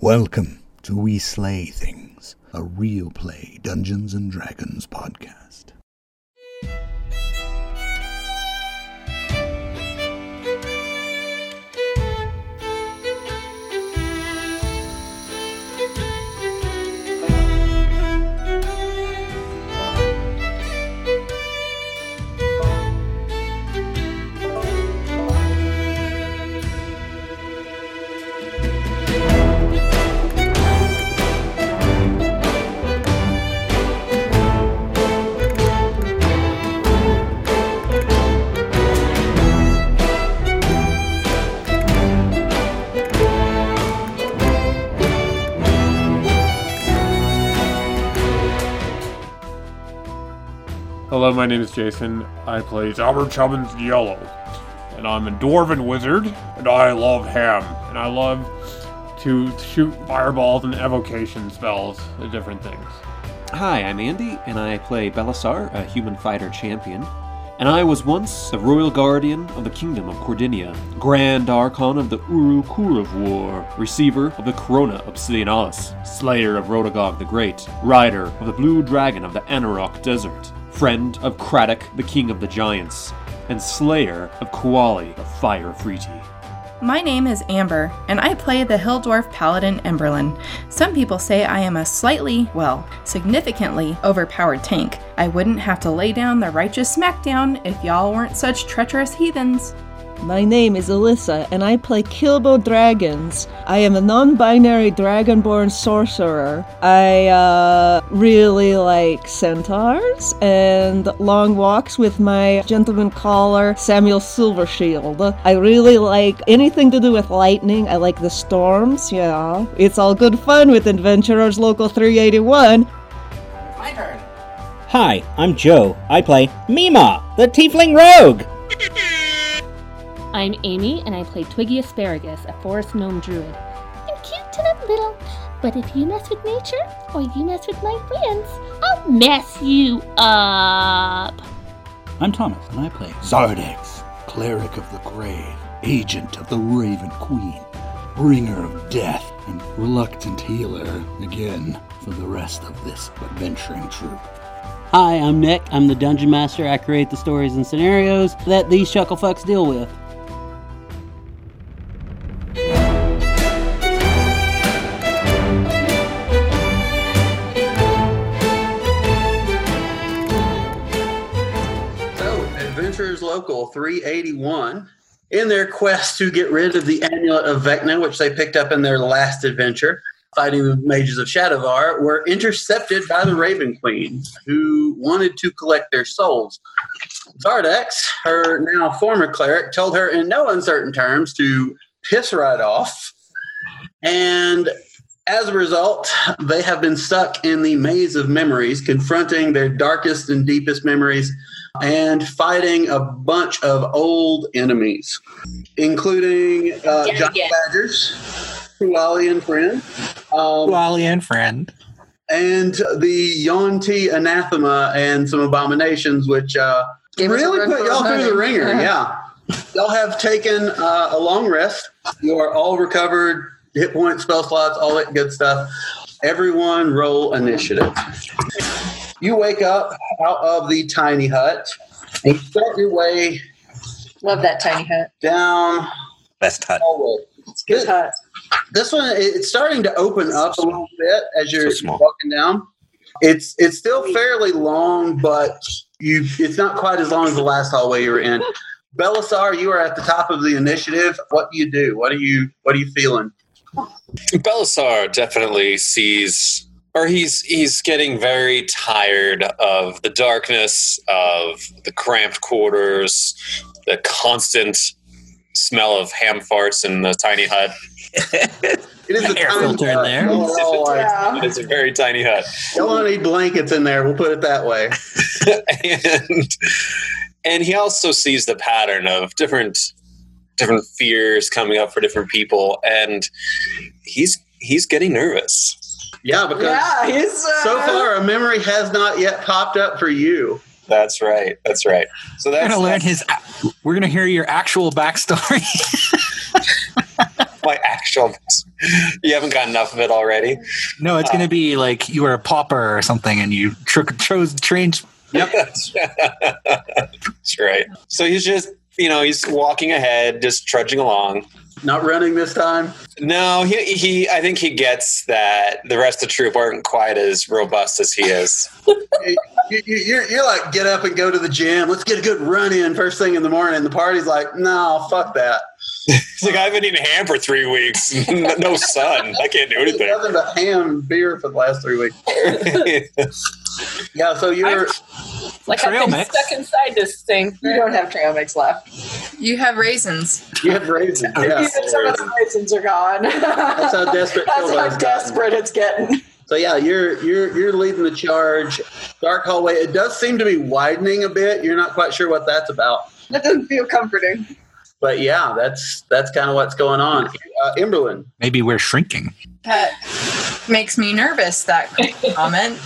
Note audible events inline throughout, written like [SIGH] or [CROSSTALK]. Welcome to We Slay Things, a real play Dungeons and Dragons podcast. Hello, my name is Jason. I play Albert Chubbins Yellow, and I'm a dwarven wizard, and I love ham, and I love to shoot fireballs and evocation spells and different things. Hi, I'm Andy, and I play Belisar, a human fighter champion. And I was once a royal guardian of the kingdom of Cordinia, grand archon of the Urukuru of War, receiver of the Corona Obsidianalis, slayer of Rodogog the Great, rider of the blue dragon of the Anarok Desert, friend of Craddock, the king of the giants, and slayer of Kuali of Fire Freety. My name is Amber, and I play the Hill Dwarf Paladin Emberlin. Some people say I am a slightly, well, significantly overpowered tank. I wouldn't have to lay down the righteous smackdown if y'all weren't such treacherous heathens. My name is Alyssa, and I play Kilbo Dragons. I am a non binary dragonborn sorcerer. I uh, really like centaurs and long walks with my gentleman caller, Samuel Silvershield. I really like anything to do with lightning. I like the storms, yeah. It's all good fun with Adventurers Local 381. Hi, I'm Joe. I play Mima, the Tiefling Rogue. I'm Amy, and I play Twiggy Asparagus, a forest gnome druid. I'm cute and I'm little, but if you mess with nature or you mess with my friends, I'll mess you up. I'm Thomas, and I play. Zardex, cleric of the grave, agent of the Raven Queen, bringer of death, and reluctant healer again for the rest of this adventuring troop. Hi, I'm Nick. I'm the Dungeon Master. I create the stories and scenarios that these shucklefucks deal with. So, Adventurers Local 381, in their quest to get rid of the Amulet of Vecna, which they picked up in their last adventure, fighting the mages of Shadavar, were intercepted by the Raven Queen, who wanted to collect their souls. Zardex, her now former cleric, told her in no uncertain terms to piss right off. And as a result, they have been stuck in the maze of memories, confronting their darkest and deepest memories and fighting a bunch of old enemies, including uh, Yeah, Johnny yeah. Badgers, Huali and friend, um, Wally and friend. and the Yonti Anathema and some abominations, which uh, Gave us a really run put for y'all our through the money. ringer. [LAUGHS] Yeah. Y'all have taken uh, a long rest. You are all recovered, hit points, spell slots, all that good stuff. Everyone roll initiative. You wake up out of the tiny hut and you start your way Love that tiny hut. down Best hut. hallway. Good Good. hut. This one it- it's starting to open up a little bit as you're So small. walking down. It's it's still fairly long, but you it's not quite as long as the last hallway you were in. [LAUGHS] Belisar, you are at the top of the initiative. What do you do? What are you what are you feeling? Belisar definitely sees, or he's he's getting very tired of the darkness, of the cramped quarters, the constant smell of ham farts in the tiny hut. It is a Air tiny filter in hut. there. Y'all are all like- It's a very tiny hut, [LAUGHS] y'all don't need blankets in there. We'll put it that way. and and he also sees the pattern of different different fears coming up for different people, and he's he's getting nervous. [LAUGHS] Yeah, because Yeah, he's uh, so far a memory has not yet popped up for you. That's right. That's right. So We're that's gonna learn his. We're gonna hear your actual backstory. my actual. You haven't got enough of it already. No, it's going to be like you were a pauper or something, and you tr- chose trained. Yep. That's right. So he's just, you know, he's walking ahead, just trudging along. Not running this time? No, he, he I think he gets that the rest of the troop aren't quite as robust as he is. you, you, you're, you're like, get up and go to the gym. Let's get a good run in first thing in the morning. The party's like, no, fuck that. He's like, I haven't eaten ham for three weeks. [LAUGHS] no sun. I can't do anything. Nothing but ham and beer for the last three weeks. yeah, so you're. Like I've been stuck inside this thing. You don't have trail mix left. You have raisins. You [LAUGHS] have raisins. Yeah. Even some of the raisins are gone. [LAUGHS] That's how desperate That's Kilda's how gotten. desperate it's getting. [LAUGHS] So yeah, you're you're you're leading the charge. Dark hallway. It does seem to be widening a bit. You're not quite sure what that's about, That doesn't feel comforting. but yeah, that's that's kind of what's going on. Uh, Imberlin. Maybe we're shrinking. That makes me nervous, [LAUGHS] that comment.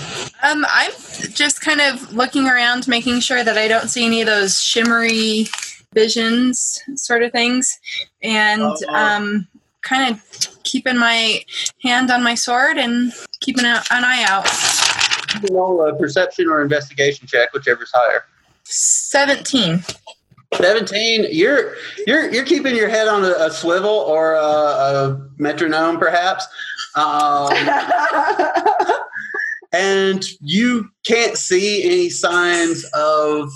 Um, I'm just kind of looking around, making sure that I don't see any of those shimmery visions sort of things, and Oh, um, kind of keeping my hand on my sword and keeping a, an eye out. Roll a perception or investigation check, whichever's higher. 17. 17 you're you're you're keeping your head on a, a swivel or a, a metronome perhaps um, and you can't see any signs of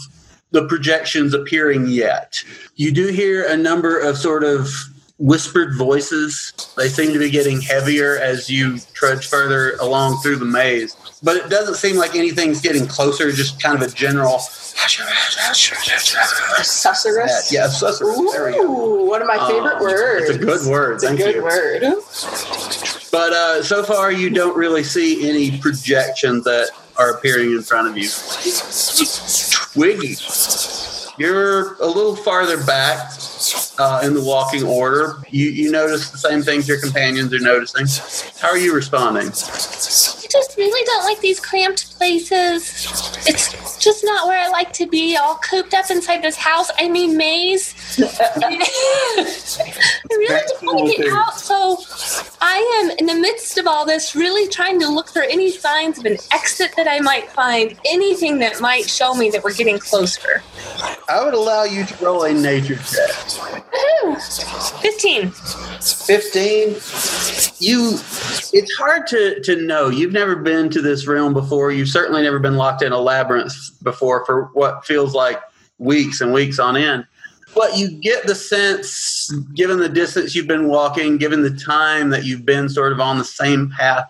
the projections appearing yet you do hear a number of sort of whispered voices they seem to be getting heavier as you trudge further along through the maze but it doesn't seem like anything's getting closer just kind of a general Susurrus. yeah, susurrus. There we go. Ooh, one of my favorite Um, words. It's a good word. It's a Thank good you. word. But uh, so far, you don't really see any projections that are appearing in front of you. Twiggy, you're a little farther back uh, in the walking order. You, you notice the same things your companions are noticing. How are you responding? I just really don't like these cramped places. It's just not where I like to be, all cooped up inside this house. I mean, maze. [LAUGHS] I really just want to get out, so I am in the midst of all this, really trying to look for any signs of an exit that I might find, anything that might show me that we're getting closer. I would allow you to roll a nature check. Woohoo! 15. 15 you it's hard to to know you've never been to this realm before you've certainly never been locked in a labyrinth before for what feels like weeks and weeks on end but you get the sense given the distance you've been walking given the time that you've been sort of on the same path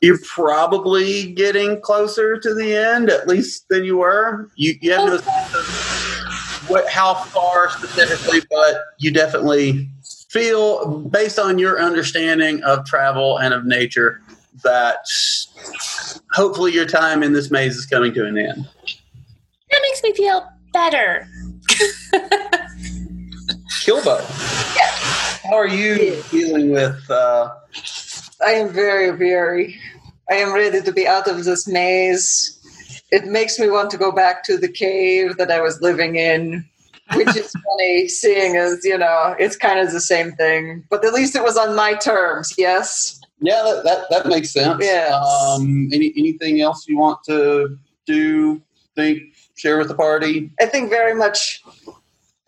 you're probably getting closer to the end at least than you were you, you have no sense of what how far specifically but you definitely feel based on your understanding of travel and of nature that hopefully your time in this maze is coming to an end That makes me feel better. kilbo how are you dealing with uh, I am very weary. I am ready to be out of this maze. It makes me want to go back to the cave that I was living in, which [LAUGHS] is funny, seeing as, you know, it's kind of the same thing. But at least it was on my terms, yes? yeah that, that, that makes sense Yes. um, any, anything else you want to do think share with the party I think very much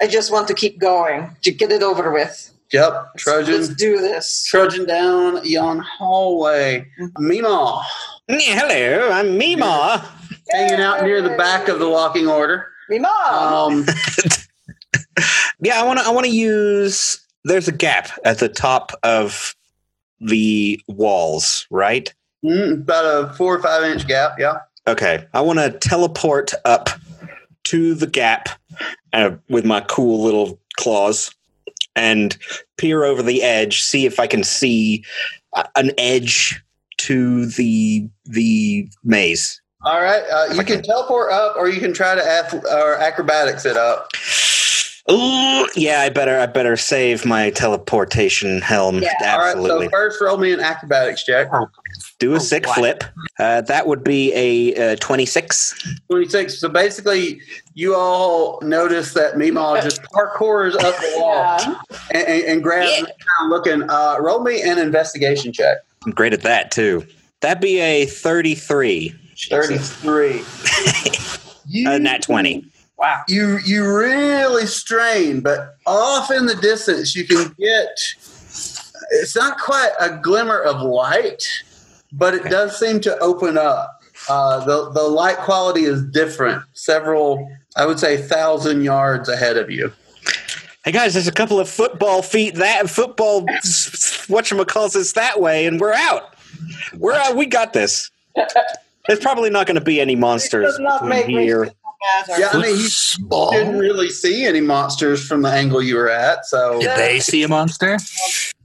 I just want to keep going to get it over with. yep trudging Let's do this. trudging down yon hallway mima Hello, I'm Mima. hanging out near the back of the walking order Mima. um, Yeah, I want to. I want to use. There's a gap at the top of the walls, right? Mm, about a four or five inch gap. Yeah. Okay, I want to teleport up to the gap uh, with my cool little claws and peer over the edge, see if I can see uh, an edge to the the maze. All right. Uh, you can teleport up, or you can try to ath- or acrobatics it up. Ooh, yeah, I better I better save my teleportation helm. All right, Absolutely. so first roll me an acrobatics check. Do a sick flip. Uh, that would be a uh, 26. 26. So basically, you all notice that Meemaw just parkours up the wall and, and, and grabs the ground looking. Uh, roll me an investigation check. I'm great at that too. That'd be a 33. 33. a uh, nat 20. Wow. You you really strain, but off in the distance you can get it's not quite a glimmer of light, but it does seem to open up. Uh, the the light quality is different. Several, I would say, thousand yards ahead of you. Hey guys, there's a couple of football feet that football whatchamacalls us that way, and we're out. We're out. We got this. There's probably not going to be any monsters does not between make me here. Yeah, I mean, you didn't really see any monsters from the angle you were at. So Did they see a monster?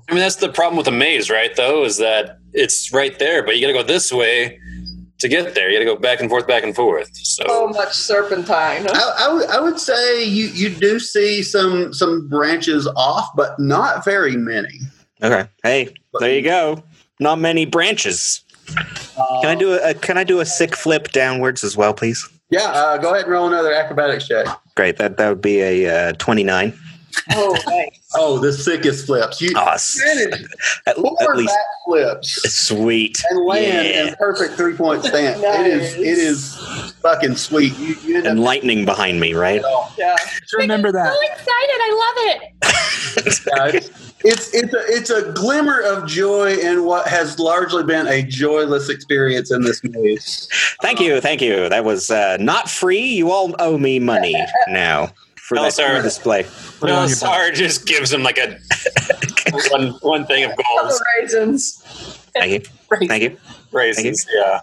I mean, that's the problem with the maze, right? Though, is that it's right there, but you got to go this way to get there. You got to go back and forth, back and forth. So, So much serpentine. I, I would- I would say you, you do see some some branches off, but not very many. Okay. Hey, there you go. Not many branches. Can I do a can I do a sick flip downwards as well, please? Yeah, uh, go ahead and roll another acrobatics check. Great. That that would be a uh, 29. Oh, nice. oh, the sickest flips. You Oh, managed at, four at least- backflips Sweet. and land Yeah. in perfect three point stance. It is it is fucking sweet. You, you end up And lightning behind me, right? yeah. Just remember that. So excited! I love it. guys. It's it's a it's a glimmer of joy in what has largely been a joyless experience in this maze. [LAUGHS] Thank you, thank you. That was uh, not free. You all owe me money now for that Elsa. cool display. no, Sar just gives him like a one, one thing of gold. Raisins. Thank you. Thank you. Raisins, yeah.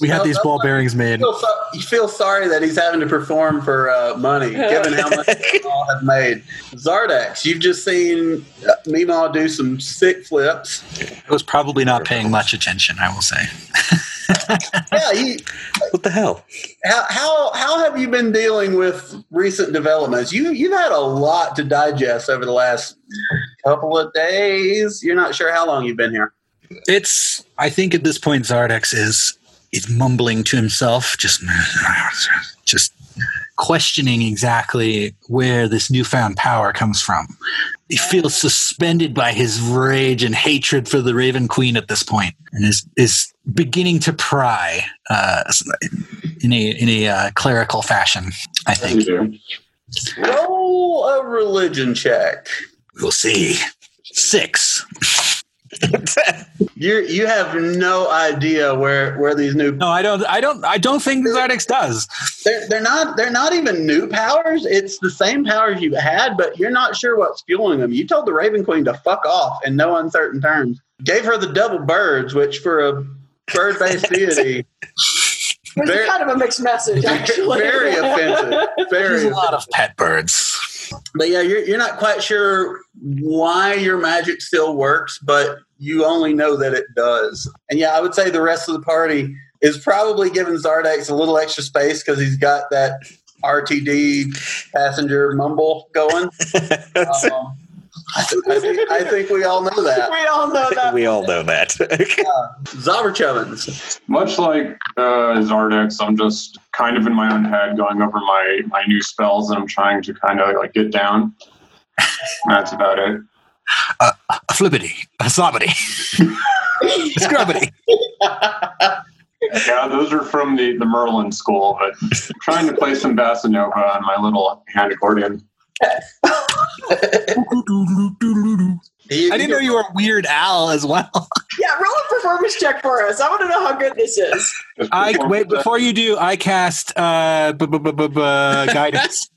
We had these ball bearings You made. feel, so, you feel sorry that he's having to perform for uh, money, given how much they all have made. Zardax, you've just seen uh, Meemaw do some sick [LAUGHS] flips. I was probably not paying much attention, I will say. Yeah, you, what the hell? how, how how have you been dealing with recent developments? You you've had a lot to digest over the last couple of days. You're not sure how long you've been here. It's. I think at this point, Zardex is is mumbling to himself, just [LAUGHS] just questioning exactly where this newfound power comes from. He feels suspended by his rage and hatred for the Raven Queen at this point, and is is beginning to pry uh, in a in a uh, clerical fashion. I think. Roll a religion check. We'll see. [LAUGHS] Six. you you have no idea where where these new no I don't I don't I don't think Zardex does. They're they're not they're not even new powers. It's the same powers you've had, but you're not sure what's fueling them. You told the Raven Queen to fuck off in no uncertain terms. Gave her the double birds, which for a [LAUGHS] bird based deity It was Very- kind of a mixed message, actually. [LAUGHS] Very offensive. Very There's a lot offensive. of pet birds. But yeah, you're, you're not quite sure why your magic still works, but you only know that it does. And yeah, I would say the rest of the party is probably giving Zardax a little extra space because he's got that RTD passenger mumble [LAUGHS] going. um, I, think, I think- I think we all know that. [LAUGHS] We all know that. [LAUGHS] we all know that. [LAUGHS] Zavrchovins. Much like uh, Zardex, I'm just kind of in my own head going over my, my new spells and I'm trying to kind of like get down. That's about it. A flippity, a slobbity, [LAUGHS] a scrubbity. Yeah, those are from the, the Merlin school, but I'm trying to play some Bassanova on my little hand accordion. I didn't [LAUGHS] know you were Weird Al as [LAUGHS] well. Yeah, roll a performance check for us. I want to know how good this is. I wait before you do. I cast uh, b- b- b- b- b- guidance.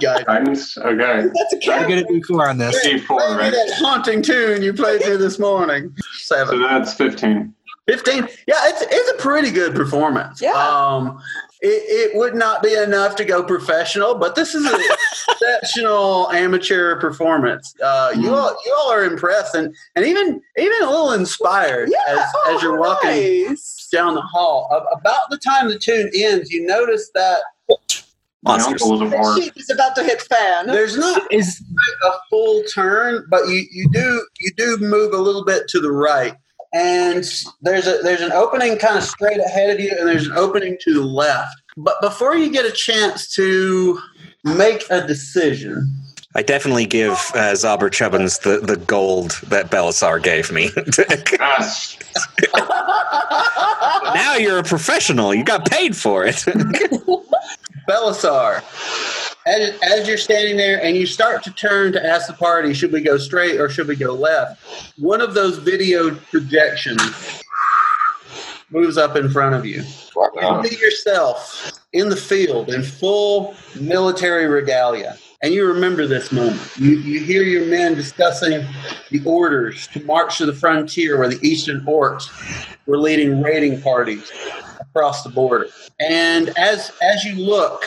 Guidance. Okay. That's a I'm gonna do four on this. Play me that haunting tune you played through this morning. Seven. So that's fifteen. Fifteen. Yeah, it's it's a pretty good performance. Yeah. Um, it, it would not be enough to go professional, but this is an exceptional amateur performance. Uh, you all you all are impressed and, and even even a little inspired as, as you're walking down the hall. A- About the time the tune ends, you notice that Monsters. The sheep is about to hit fan. There's not is a full turn, but you, you do you do move a little bit to the right, and there's a there's an opening kind of straight ahead of you, and there's an opening to the left. But before you get a chance to make a decision, [LAUGHS] I definitely give uh, Zabra Chubbins the, the gold that Belisar gave me. [LAUGHS] now you're a professional. You got paid for it. Belisar, as, as you're standing there and you start to turn to ask the party, should we go straight or should we go left? One of those video projections moves up in front of you. You see yourself in the field in full military regalia. And you remember this moment. You, you hear your men discussing the orders to march to the frontier where the Eastern Orcs were leading raiding parties across the border. And as, as you look,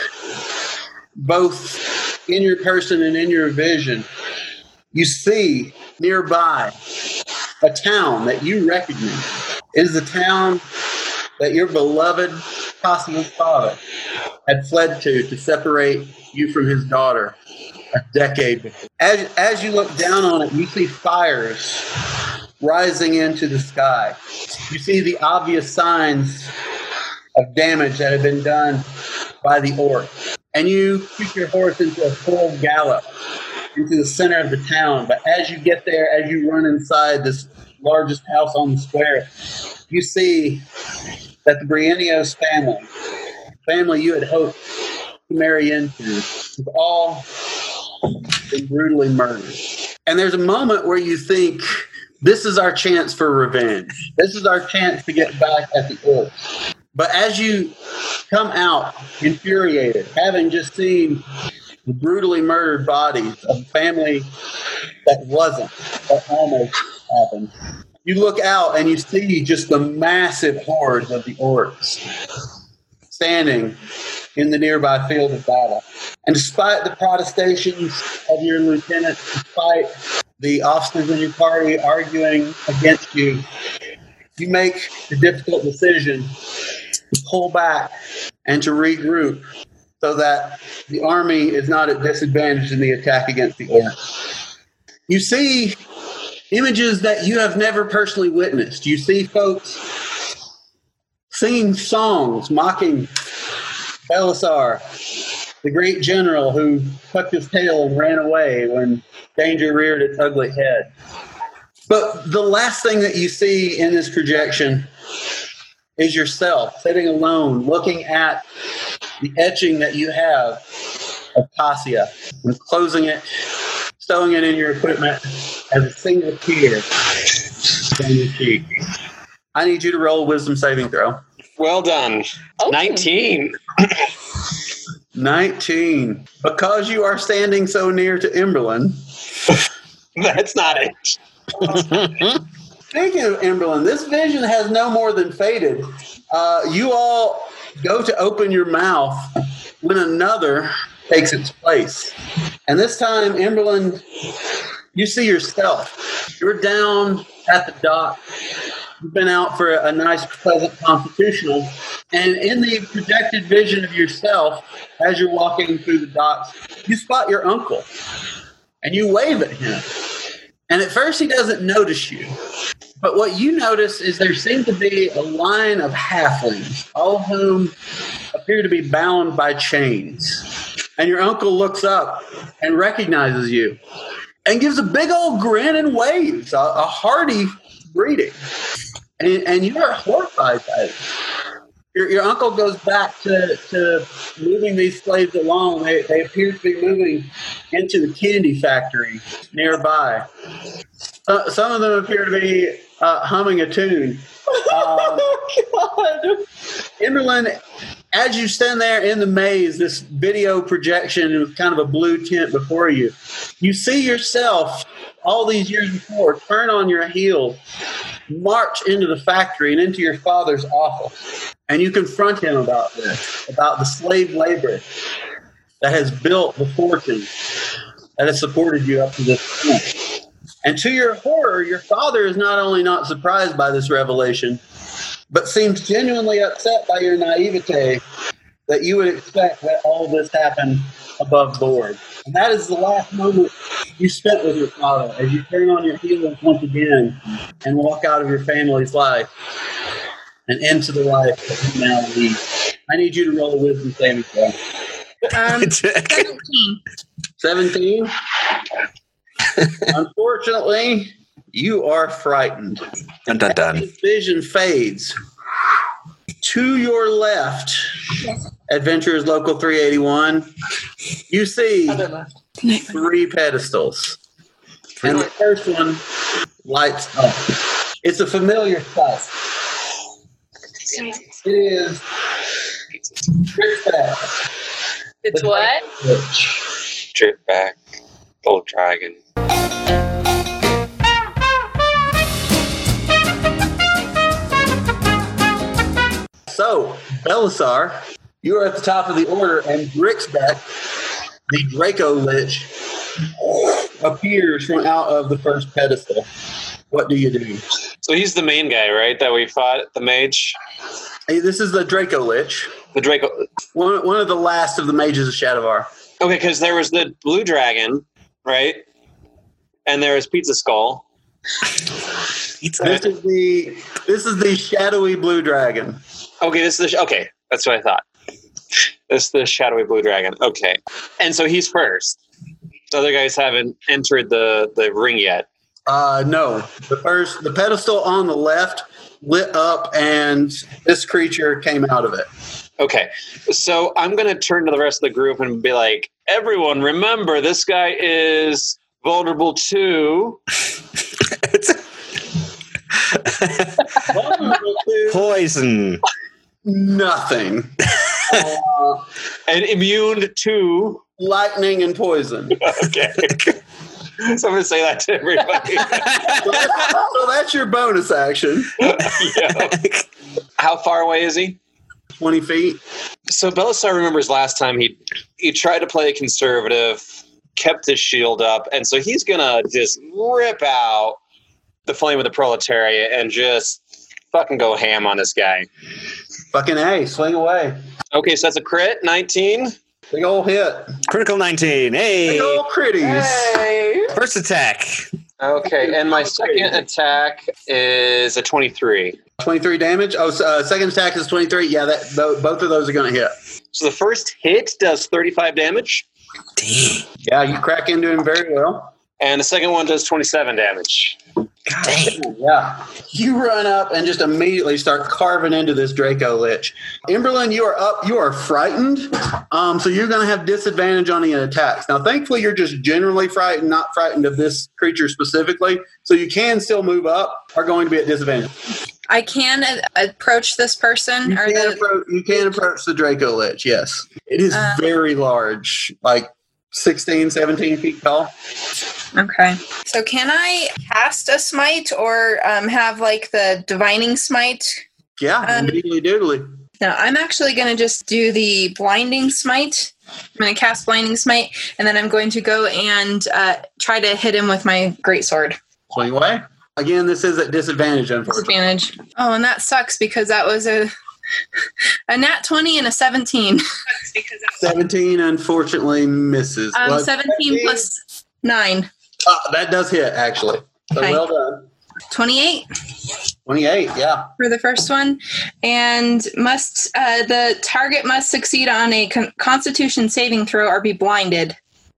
both in your person and in your vision, you see nearby a town that you recognize. It is the town that your beloved Cosmo's father had fled to to separate you from his daughter a decade before. As, as you look down on it, you see fires rising into the sky. You see the obvious signs of damage that had been done by the orc. And you kick your horse into a full gallop into the center of the town. But as you get there, as you run inside this largest house on the square, you see that the Briennios family, family you had hoped to marry into, have all been brutally murdered. And there's a moment where you think, this is our chance for revenge. This is our chance to get back at the orcs. But as you come out infuriated, having just seen the brutally murdered bodies of a family that wasn't, that almost happened. You look out and you see just the massive hordes of the orcs standing in the nearby field of battle. And despite the protestations of your lieutenant, despite the officers in your party arguing against you, you make the difficult decision to pull back and to regroup so that the army is not at disadvantage in the attack against the orcs. You see images that you have never personally witnessed. You see folks singing songs mocking Belisar, the great general who tucked his tail and ran away when danger reared its ugly head. But the last thing that you see in this projection is yourself sitting alone looking at the etching that you have of Cassia and closing it, stowing it in your equipment as a single tear down your cheek. I need you to roll a wisdom saving throw. [LAUGHS] Well done. 19. 19. Because you are standing so near to Imberlin. That's not it. Speaking of Imberlin, this vision has no more than faded. Uh, you all go to open your mouth when another takes its place. And this time, Imberlin, you see yourself. You're down at the dock. You've been out for a nice, pleasant constitutional. And in the projected vision of yourself, as you're walking through the docks, you spot your uncle and you wave at him. And at first, he doesn't notice you. But what you notice is there seem to be a line of halflings, all of whom appear to be bound by chains. And your uncle looks up and recognizes you and gives a big old grin and waves, a, a hearty greeting. And, and you are horrified by it. Your, your uncle goes back to, to moving these slaves along. They, they appear to be moving into the candy factory nearby. Uh, some of them appear to be uh, humming a tune. Um, God. Imberlin, as you stand there in the maze, this video projection with kind of a blue tint before you, you see yourself all these years before turn on your heel, march into the factory and into your father's office, and you confront him about this, about the slave labor that has built the fortune that has supported you up to this point. And to your horror, your father is not only not surprised by this revelation, but seems genuinely upset by your naivete that you would expect that all this happened above board. And that is the last moment you spent with your father as you turn on your heels once again and walk out of your family's life and into the life that you now lead. I need you to roll a wisdom saving throw. Um, 17. 17? Unfortunately, you are frightened. [LAUGHS] Dun, dun, dun. His vision fades. To your left, Adventures Local 381, you see three pedestals. And the first one lights up. It's a familiar spot. It is It's what? Jerk back, old dragon. So, Belisar, you are at the top of the order, and Grixbeck, the Draco Lich, appears from out of the first pedestal. What do you do? So he's the main guy, right? That we fought the mage. Hey, this is the Draco Lich. The Draco. One, one of the last of the mages of Shadowvar. Okay, because there was the blue dragon, right? And there was Pizza Skull. This is the this is the shadowy blue dragon. Okay, this is the sh- okay. That's what I thought. This is the shadowy blue dragon. Okay, and so he's first. The other guys haven't entered the the ring yet. Uh, no, the first the pedestal on the left lit up, and this creature came out of it. Okay, so I'm gonna turn to the rest of the group and be like, everyone, remember this guy is vulnerable to. Poison. [LAUGHS] Nothing. and immune to lightning and poison. [LAUGHS] okay. so I'm gonna say that to everybody. [LAUGHS] so that's your bonus action. How far away is he? 20 feet. So Belisar remembers last time he he tried to play conservative, kept his shield up, and so he's gonna just rip out the flame of the proletariat and just fucking go ham on this guy. Fucking A, swing away. Okay, so that's a crit, 19. Big old hit. Critical 19. Hey. Big ol' critties. First attack. Okay, and my second attack is a 23. 23 damage. Oh, so, uh, second attack is 23. Yeah, that tho- both of those are going to hit. So the first hit does 35 damage. Yeah, you crack into him very well. And the second one does 27 damage. Yeah. You run up and just immediately start carving into this Draco Lich. Imberlin, you are up. You are frightened. Um, so you're going to have disadvantage on the attacks. Now, thankfully, you're just generally frightened, not frightened of this creature specifically. So you can still move up, are going to be at disadvantage. I can uh, approach this person. You or can, the, approach, you can approach the Draco Lich, yes. It is Uh. very large, like 16, 17 feet tall. Okay. so can I cast a smite or um, have like the divining smite? Yeah, Um, immediately doodly. No, I'm actually going to just do the blinding smite. I'm going to cast blinding smite, and then I'm going to go and uh, try to hit him with my greatsword. Swing away. Again, this is at disadvantage, unfortunately. Disadvantage. Oh, and that sucks because that was a [LAUGHS] a nat twenty and a seventeen. 17 unfortunately misses. Um, Well, seventeen plus nine. uh, that does hit, actually. So Okay. well done. Twenty-eight 28, yeah. for the first one, and must uh, the target must succeed on a con- Constitution saving throw or be blinded.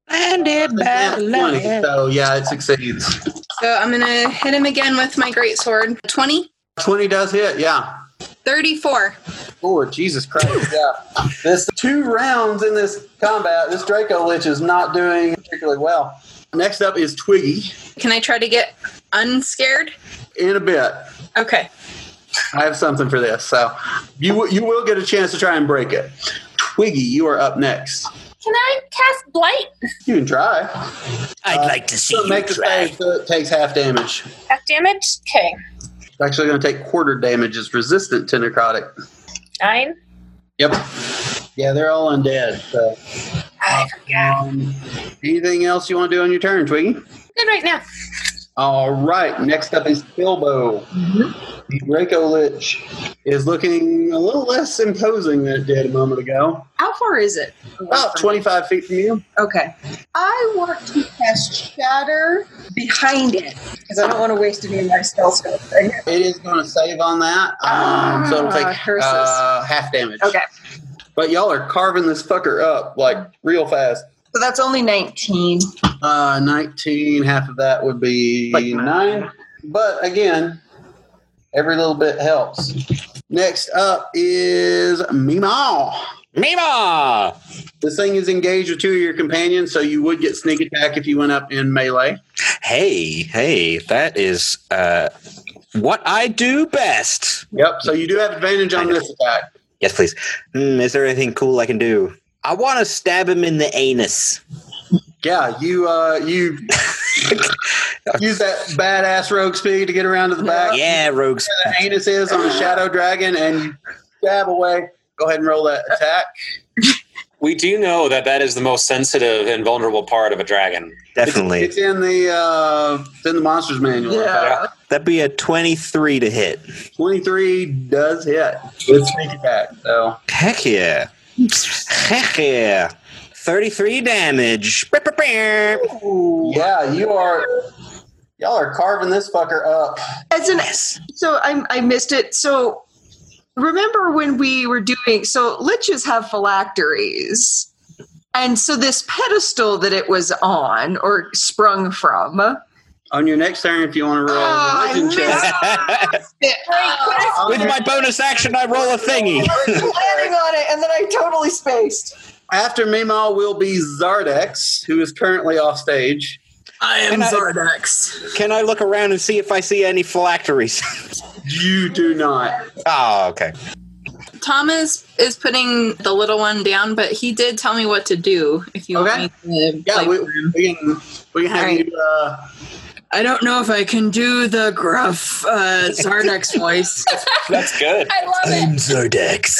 Blinded by 20, so yeah, it succeeds. So I'm gonna hit him again with my greatsword. 20, 20 does hit, yeah. 34. Lord Jesus Christ, yeah. This two rounds in this combat, this Draco Lich is not doing particularly well. Next up is Twiggy Can I try to get unscared? in a bit. Okay. I have something for this, so you w- you will get a chance to try and break it. Twiggy, you are up next. Can I cast blight? You can try. I'd like to see you make the save, Uh, so it takes half damage. Half damage? Okay. It's actually going to take quarter damage. It's resistant to necrotic. Nine. Yep. Yeah, they're all undead. So. Um, anything else you want to do on your turn, Twiggy? Good right now. Mm-hmm. All right. Next up is Bilbo. The Draco Lich is looking a little less imposing than it did a moment ago. How far is it? Oh, About 25 feet from you. Okay. I want to cast Shatter behind it because I don't want to waste any of my spell scope. It is going to save on that, um, so it'll take Ah, curses. uh, half damage. Okay. But y'all are carving this fucker up like real fast. So that's only 19. Uh, 19, half of that would be nine. But again, every little bit helps. Next up is Meemaw. Meemaw! This thing is engaged with two of your companions, so you would get sneak attack if you went up in melee. Hey, hey, that is uh, what I do best. Yep, so you do have advantage on this attack. Yes, please. Hmm, is there anything cool I can do? I want to stab him in the anus. Yeah, you uh, [LAUGHS] you use that badass rogue speed to get around to the back. Yeah, rogue Where the anus is on the shadow dragon, and you stab away. Go ahead and roll that attack. We do know that that is the most sensitive and vulnerable part of a dragon. Definitely. It's in the uh, it's in the monsters manual. Yeah, That'd be a 23 to hit. twenty three does hit with sneak attack. So Heck yeah. Heck yeah. 33 damage. Beep, beep, [LAUGHS] beep. yeah, you are y'all are carving this fucker up. As an so I I missed it. So remember when we were doing so liches have phylacteries. And so this pedestal that it was on or sprung from. On your next turn, if you want to roll Ah, a religion check, With my bonus action, I roll a thingy. Landing on it, and then I totally spaced. after Meemaw will be Zardex, who is currently off stage. I am Zardex. Can I look around and see if I see any phylacteries? you do not. Oh, okay. Thomas is putting the little one down, but he did tell me what to do. If you Okay. want me to, Yeah, like- we, we can we can have Alright. you. Uh, I don't know if I can do the gruff uh, Zardex voice. That's good. I love I'm Zodex.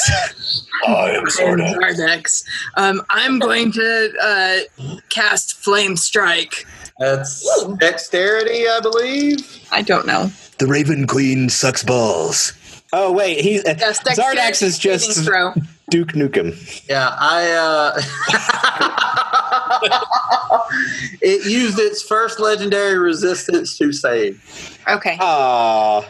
I'm Zardex. Um, I'm going to uh, cast Flame Strike. that's dexterity, I believe. I don't know. The Raven Queen sucks balls. Oh wait, he's uh, Yes, dexterity Zardax is just saving [LAUGHS] throw. Duke Nukem. Yeah, I. Uh, [LAUGHS] it used its first legendary resistance to save. Okay. Ah,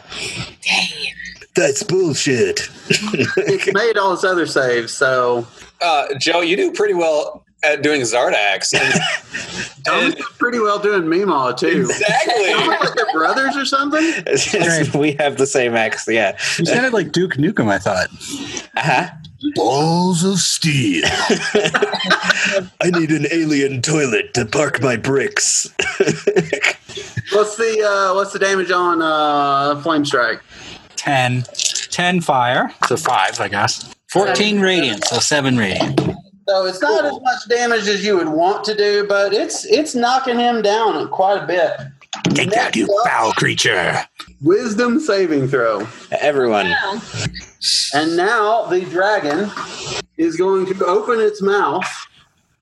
that's bullshit. It's made all its other saves, so Uh, Joe, you do pretty well at [LAUGHS] doing Zardax. Thomas did pretty well doing Meemaw too. Exactly. Thomas, like they're brothers or [LAUGHS] something. we have the same axe. Yeah. You sounded like Duke Nukem, I thought. Uh-huh. Balls of steel. I need an alien toilet to park my bricks. What's the uh, what's the damage on uh, flame strike? 10. 10 fire. So 5, I guess. 14 radiant. So 7 radiant. So it's not as much damage as you would want to do, but it's it's knocking him down quite a bit. Take that, you foul creature. Wisdom saving throw. Everyone. And now the dragon is going to open its mouth.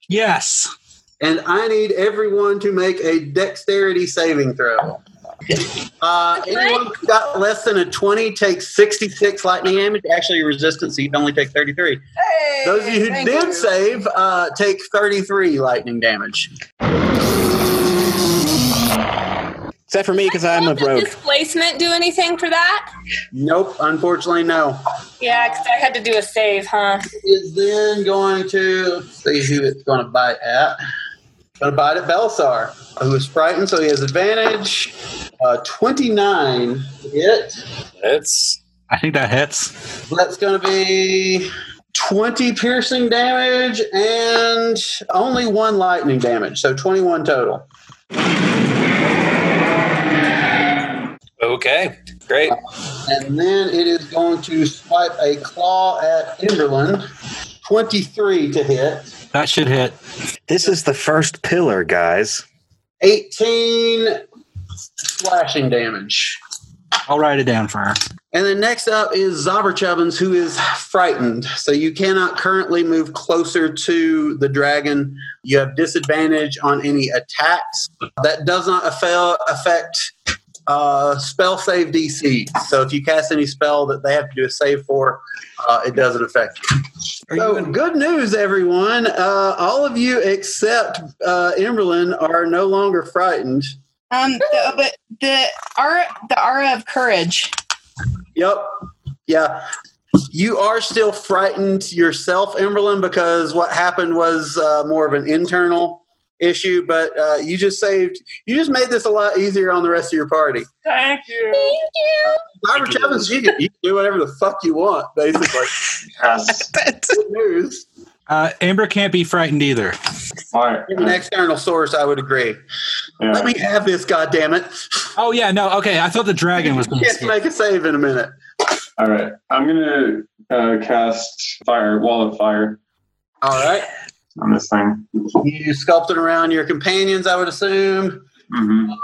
Yes. And I need everyone to make a dexterity saving throw. Uh, anyone who got less than a 20 takes 66 lightning damage. Actually, resistance, you'd only take 33. Those of you who thank did you. save uh, take 33 lightning damage. Except for me, because I'm a rogue. Displacement do anything for that? Nope, unfortunately, no. Yeah, because I had to do a save, huh? Is then going to let's see who it's going to bite at. Going to bite at Belsar, who is frightened, so he has advantage. Uh, 29 to hit. It's. I think that hits. That's going to be 20 piercing damage and only one lightning damage, so 21 total. Okay, great. And then it is going to swipe a claw at Emberlin. 23 to hit. That should hit. This is the first pillar, guys. 18 slashing damage. I'll write it down for her. And then next up is Zobber Chubbins, who is frightened. So you cannot currently move closer to the dragon. You have disadvantage on any attacks. That does not affa- affect uh, spell save DC. So if you cast any spell that they have to do a save for, uh, it doesn't affect you. So good news, everyone. Uh, all of you except uh, Emberlyn are no longer frightened. Um, the, but the aura, the aura of courage. Yep. Yeah. You are still frightened yourself, Emberlyn, because what happened was uh, more of an internal issue, but uh, you just saved, you just made this a lot easier on the rest of your party. Thank you. Thank you. Robert Chevins, you can, you can do whatever the fuck you want, [LAUGHS] basically. Good news. Uh, Amber can't be frightened either. From an external source, I would agree. Let me have this, goddammit. Oh, yeah, no, okay. I thought the dragon was. [LAUGHS] Can't make a save in a minute. All right, I'm gonna uh, cast fire, wall of fire All right. on this thing. You sculpted around your companions, I would assume. Mm-hmm. Mhm.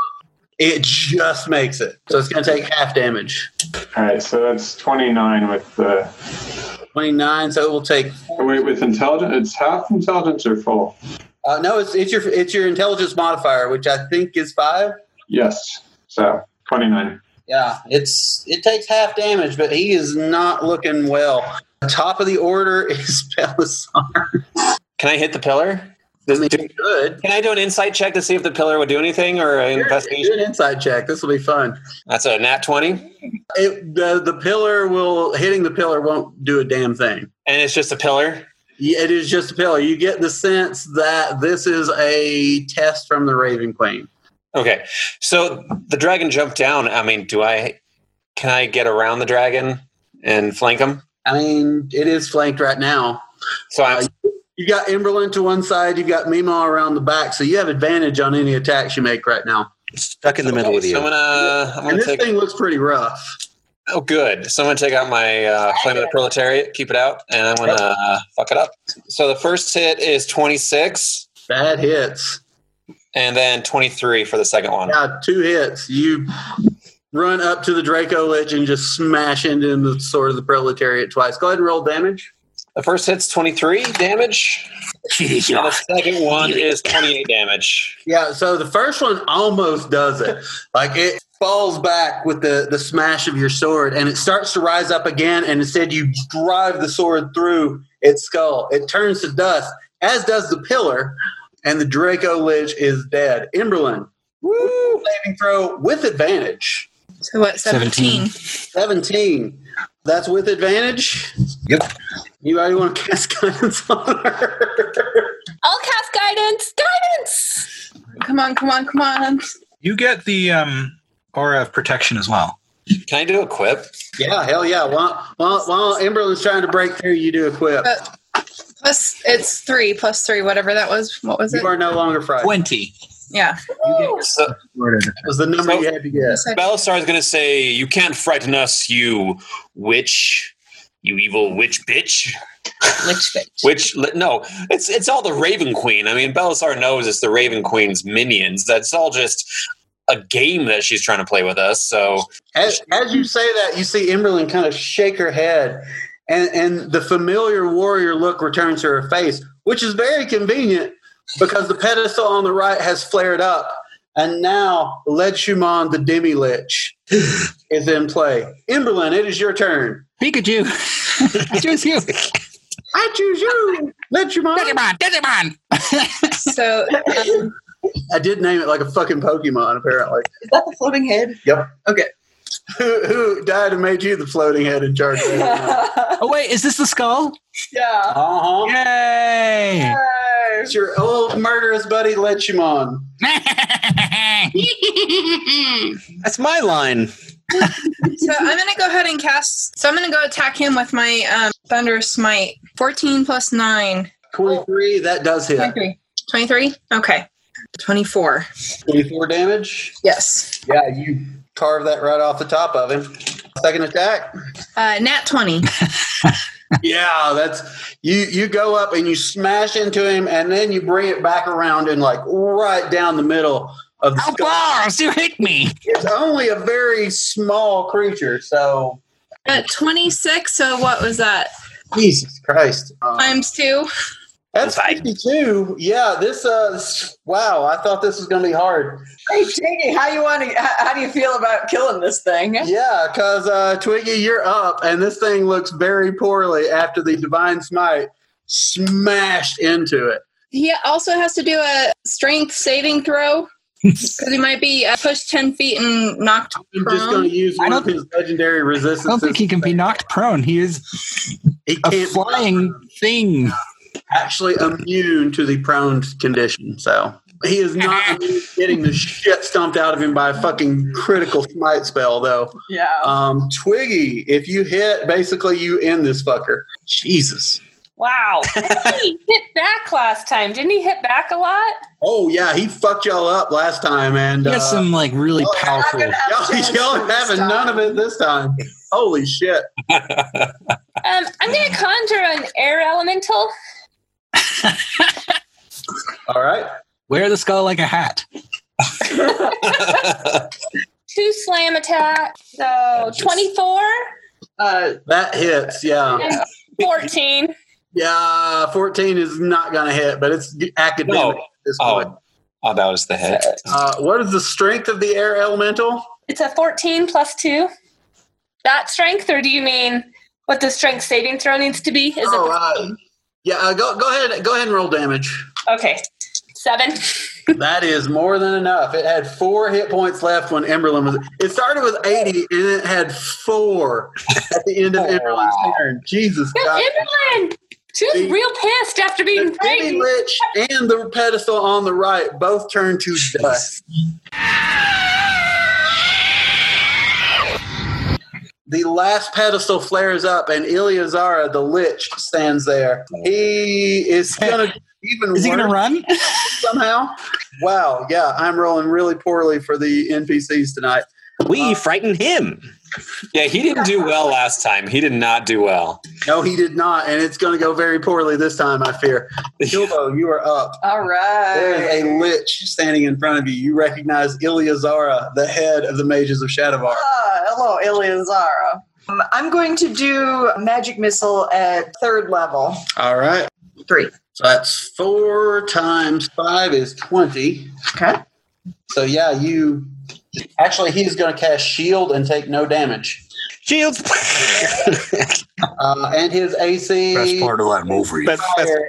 It just makes it. So it's going to take half damage. All right, so that's 29 with the 29, so it will take. wait, with intelligence, it's half intelligence or full? Uh, no, it's, it's your it's your intelligence modifier, which I think is five. Yes, so 29. Yeah, it's it takes half damage, but he is not looking well. Top of the order [LAUGHS] is Belisar. Can I hit the pillar? Does it do good? Can I do an insight check to see if the pillar would do anything or an investigation? Do an insight check. This will be fun. That's a nat 20. It, the the pillar will hitting the pillar won't do a damn thing. And it's just a pillar. Yeah, It is just a pillar. You get the sense that this is a test from the Raven Queen. Okay. So the dragon jumped down. I mean, do I can I get around the dragon and flank him? I mean, it is flanked right now. So Uh, I'm, you got Emberlyn to one side, you've got Mima around the back, so you have advantage on any attacks you make right now. Stuck in the middle with you. So I'm gonna I'm and gonna this take thing looks pretty rough. Oh good. So I'm gonna take out my uh flame of the proletariat, keep it out, and I'm gonna uh, fuck it up. So the first hit is twenty six. That hits. And then twenty three for the second one. Yeah, two hits. You run up to the Draco Lich and just smash into the sword of the proletariat twice. Go ahead and roll damage. The first hit's 23 [LAUGHS] damage. And the second one is twenty eight damage. Yeah, so the first one almost does [LAUGHS] it. Like it falls back with the, the smash of your sword and it starts to rise up again, and instead you drive the sword through its skull. It turns to dust, as does the pillar, and the Draco Lich is dead. Emberlyn, woo, saving throw with advantage. So what, 17? 17. That's with advantage? Yep. Anybody want to cast guidance on I'll cast guidance. Guidance. Come on, come on, come on. You get the um, aura of protection as well. Can I do a quip? [LAUGHS] Yeah, hell yeah. While, while, while Emberlyn's trying to break through, you do a quip. Uh, plus, it's three plus three, whatever that was. What was it? You are no longer frightened. 20. Yeah. So, was the number you had to get. Belisar is going to say, "You can't frighten us, you witch, you evil witch bitch." Witch bitch. Which li- no, it's it's all the Raven Queen. I mean, Belisar knows it's the Raven Queen's minions. That's all just a game that she's trying to play with us. So As, as you say that, you see Emberlyn kind of shake her head, and, and the familiar warrior look returns to her face, which is very convenient because the pedestal on the right has flared up, and now Led Shuman, the [GASPS] Demi Lich, is in play. Emberlyn, it is your turn. Pikachu. [LAUGHS] I choose you. I choose you. Led Shuman. Digimon, Digimon. [LAUGHS] so um, I did name it like a fucking Pokemon, apparently. Is that the floating head? Yep. Okay. Who, who died and made you the floating head in charge? oh wait, is this the skull? Yeah. Uh-huh. Yay! It's your old murderous buddy Lechimon. That's my line. so I'm gonna go ahead and cast. So I'm gonna go attack him with my um, thunder smite. 14 plus nine. 23, that does hit. 23. 23. Okay. 24. 24 damage? Yes. Yeah, you carve that right off the top of him. Second attack? Uh, nat 20. yeah, that's you you go up and you smash into him and then you bring it back around and like right down the middle of the How you hit me? It's only a very small creature, so At 26. So what was that? Jesus Christ. Um, Times two. That's 52. Yeah, this uh s- wow, I thought this was gonna be hard. Hey Jiggy, how you want to? How how do you feel about killing this thing? Yeah, because uh Twiggy, you're up, and this thing looks very poorly after the divine smite smashed into it. He also has to do a strength saving throw because he might be uh, pushed 10 feet and knocked I'm just gonna prone. use one of his legendary I don't think resistances. he can be knocked prone. He is a flying thing. Actually immune to the prone condition, so he [LAUGHS] is not immune to getting the shit stomped out of him by a fucking critical smite spell though. Yeah. Um, Twiggy, if you hit, basically you end this fucker. Jesus. Wow. he hit back last time. Didn't he hit back a lot? Oh yeah, he fucked y'all up last time, and uh, He has some, like really powerful. [LAUGHS] y'all, y'all are having none of it this time. Holy shit! Um, I'm going to conjure an air elemental. [LAUGHS] All right. Wear the skull like a [LAUGHS] hat. Two slam attack. So 24 Uh, That hits, yeah, and 14. yeah. Fourteen is not gonna hit, but it's academic No. at this Oh. point. Oh, that was the hit. Uh, what is the strength of the air elemental? It's a 14 plus 2. That strength, or do you mean what the strength saving throw needs to be? Is Oh, uh, yeah. Uh, go go ahead, go ahead and roll damage. it okay? Seven. that is more than enough. It had four hit points left when Emberlin was. It started with eighty, and it had four at the end of Emberlin's turn. Jesus No, God. Imberlin! She was real pissed after being Jimmy pranked. Lich and the pedestal on the right both turn to dust. The last pedestal flares up, and Ilyazara, the Lich, stands there. He is going to even. Is he gonna worse run? somehow? Wow, yeah, I'm rolling really poorly for the NPCs tonight. We frighten him. Yeah, he didn't do well last time. He did not do well. No, he did not, and it's going to go very poorly this time, I [LAUGHS] fear. Gilbo, you are up. All There is right. a lich standing in front of you. You recognize Ilyazara, the head of the Mages of Shadavar. Ah, hello, Ilyazara. Um, I'm going to do magic missile at third level. All right. Three. So that's four times five is 20. Okay. So, yeah, you actually, he's going to cast shield and take no damage. Shields. uh, and his AC. Best part of that movie. Best,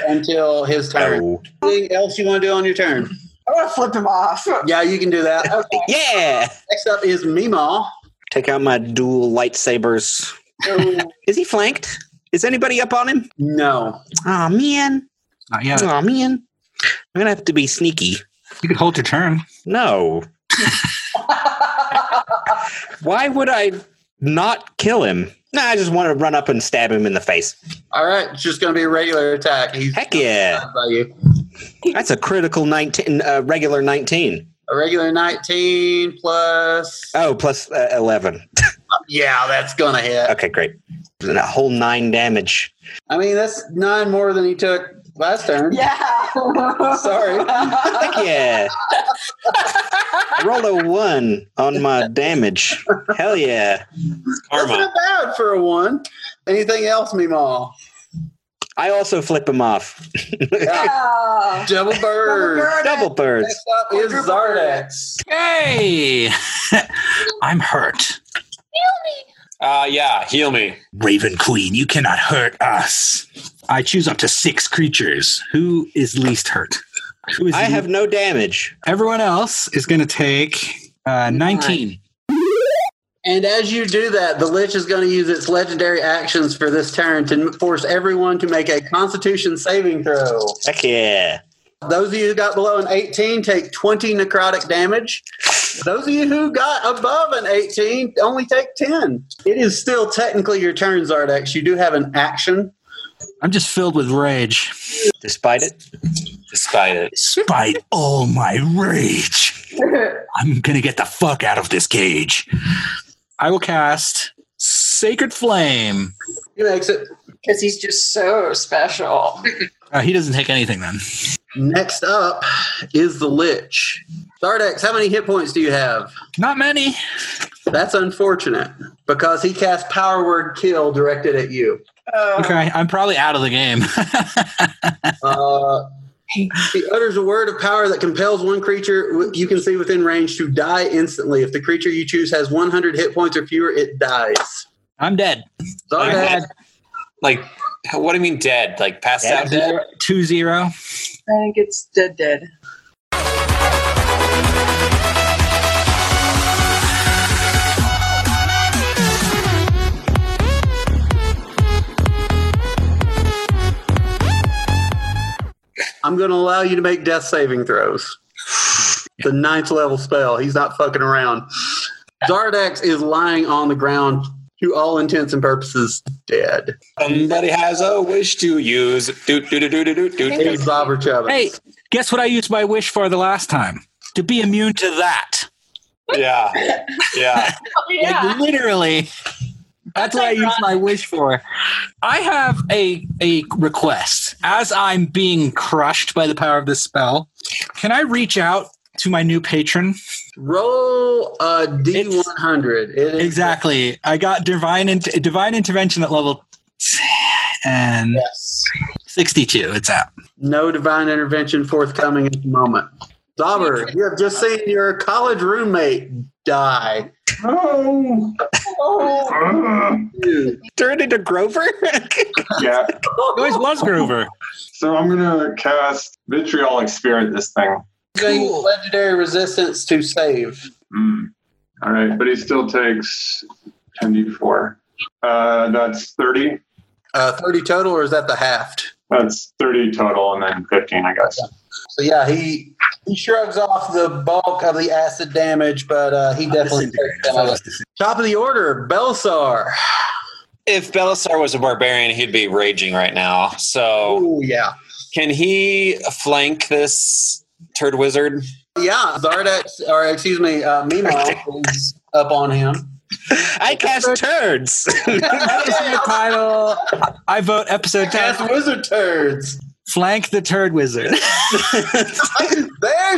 until his turn. Oh. Anything else you want to do on your turn? Oh, I want to flip him off. Yeah, you can do that. Okay. yeah. Next up is Meemaw. Take out my dual lightsabers. Is he flanked? Is anybody up on him? No. Aw, man. Not yet. Aw, man. I'm going to have to be sneaky. You could hold your turn. [LAUGHS] No. Why would I not kill him? Nah, I just want to run up and stab him in the face. All right, it's just going to be a regular attack. He's Heck yeah. by you. That's a critical 19, uh, regular 19. A regular 19 plus. Oh, plus uh, 11. Yeah, that's going to hit. Okay, great. And a whole nine damage. I mean, that's nine more than he took last turn. Yeah. Sorry. Heck yeah. I rolled a one on my damage. Hell yeah. That's not bad for a one. Anything else, Meemaw? I also flip him off. [LAUGHS] Yeah. Double bird. Double birds. Next up is Zardex. Hey, I'm hurt. Uh, yeah, heal me. Raven Queen, you cannot hurt us. I choose up to six creatures. Who is least hurt? Who is I have no damage. Everyone else is going to take uh, 19. And as you do that, the Lich is going to use its legendary actions for this turn to force everyone to make a Constitution saving throw. Heck yeah. Those of you who got below an 18 take 20 necrotic damage. Those of you who got above an 18 only take 10. It is still technically your turn, Zardex. You do have an action. I'm just filled with rage. Despite it? Despite it. Despite all my rage, I'm going to get the fuck out of this cage. I will cast Sacred Flame. He makes it. Because he's just so special. Uh, he doesn't take anything then. Next up is the Lich. Zardex, how many hit points do you have? Not many. That's unfortunate because he cast Power Word Kill directed at you. Okay, I'm probably out of the [LAUGHS] game. Uh, he utters a word of power that compels one creature w- you can see within range to die instantly. If the creature you choose has 100 hit points or fewer, it dies. I'm dead. Sorry, Dad. Like, how- what do you mean dead? Like passed out dead? Two zero. I think it's dead, dead. I'm going to allow you to make death saving throws. The ninth level spell. He's not fucking around. Zardax is lying on the ground to all intents and purposes dead. Somebody has a wish to use. Do, do, do, do, do, do, do. It's Bobber Chubbins. Hey, guess what I used my wish for the last time? To be immune to that. Yeah. Yeah. Like literally. That's what I use my wish for. I have a a request. As I'm being crushed by the power of this spell, can I reach out to my new patron? Roll a D100. exactly. I got divine int- divine intervention at level and 62. It's out. No divine intervention forthcoming at the moment. Dauber, you have just seen your college roommate die. Oh. Turned into Grover? Ah. [LAUGHS] yeah. Always was Grover. So I'm gonna cast vitriolic spirit this thing. Cool. Legendary resistance to save. Hmm, All right, but he still takes 10d4. Uh, that's 30. Uh, 30 total, or is that the halved? That's 30 total, and then 15, I guess. So yeah, he he shrugs off the bulk of the acid damage, but uh, he definitely takes some of it. Top of the order, Belsar. If Belisar was a barbarian, he'd be raging right now. Oh. So, yeah. Can he flank this turd wizard? Yeah, Zardex, or excuse me, uh, [LAUGHS] Mimo is up on him. I cast turds. [LAUGHS] title. I vote episode Cast wizard turds. [LAUGHS] Flank the turd wizard. There's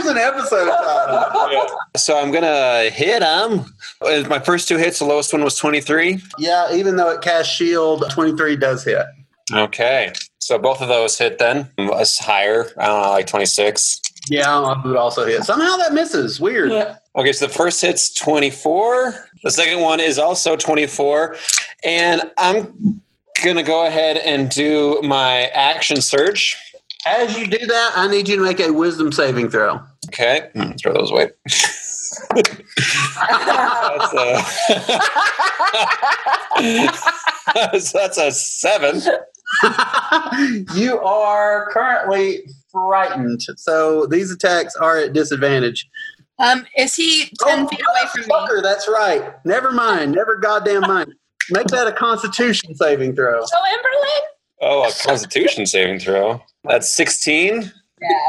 an episode title. So I'm gonna hit him. Uh, My first two hits, the lowest one was 23. Yeah, even though it casts shield, 23 does hit. Okay, so both of those hit then. Us higher, I don't know, like 26. Yeah, I would also hit. Somehow that misses. Weird. Okay, so the first hit's 24. The second one is also 24. And I'm going to go ahead and do my action surge. As you do that, I need you to make a wisdom saving throw. [LAUGHS] Okay, mm, throw those away. [LAUGHS] that's, a [LAUGHS] So that's a seven. you are currently frightened, so these attacks are at disadvantage. Um, is he Oh. ten feet away from me? Fucker, that's right. Never mind. Never goddamn mind. Make that a Constitution saving throw. So Emberlyn? Oh, a constitution saving throw. That's 16.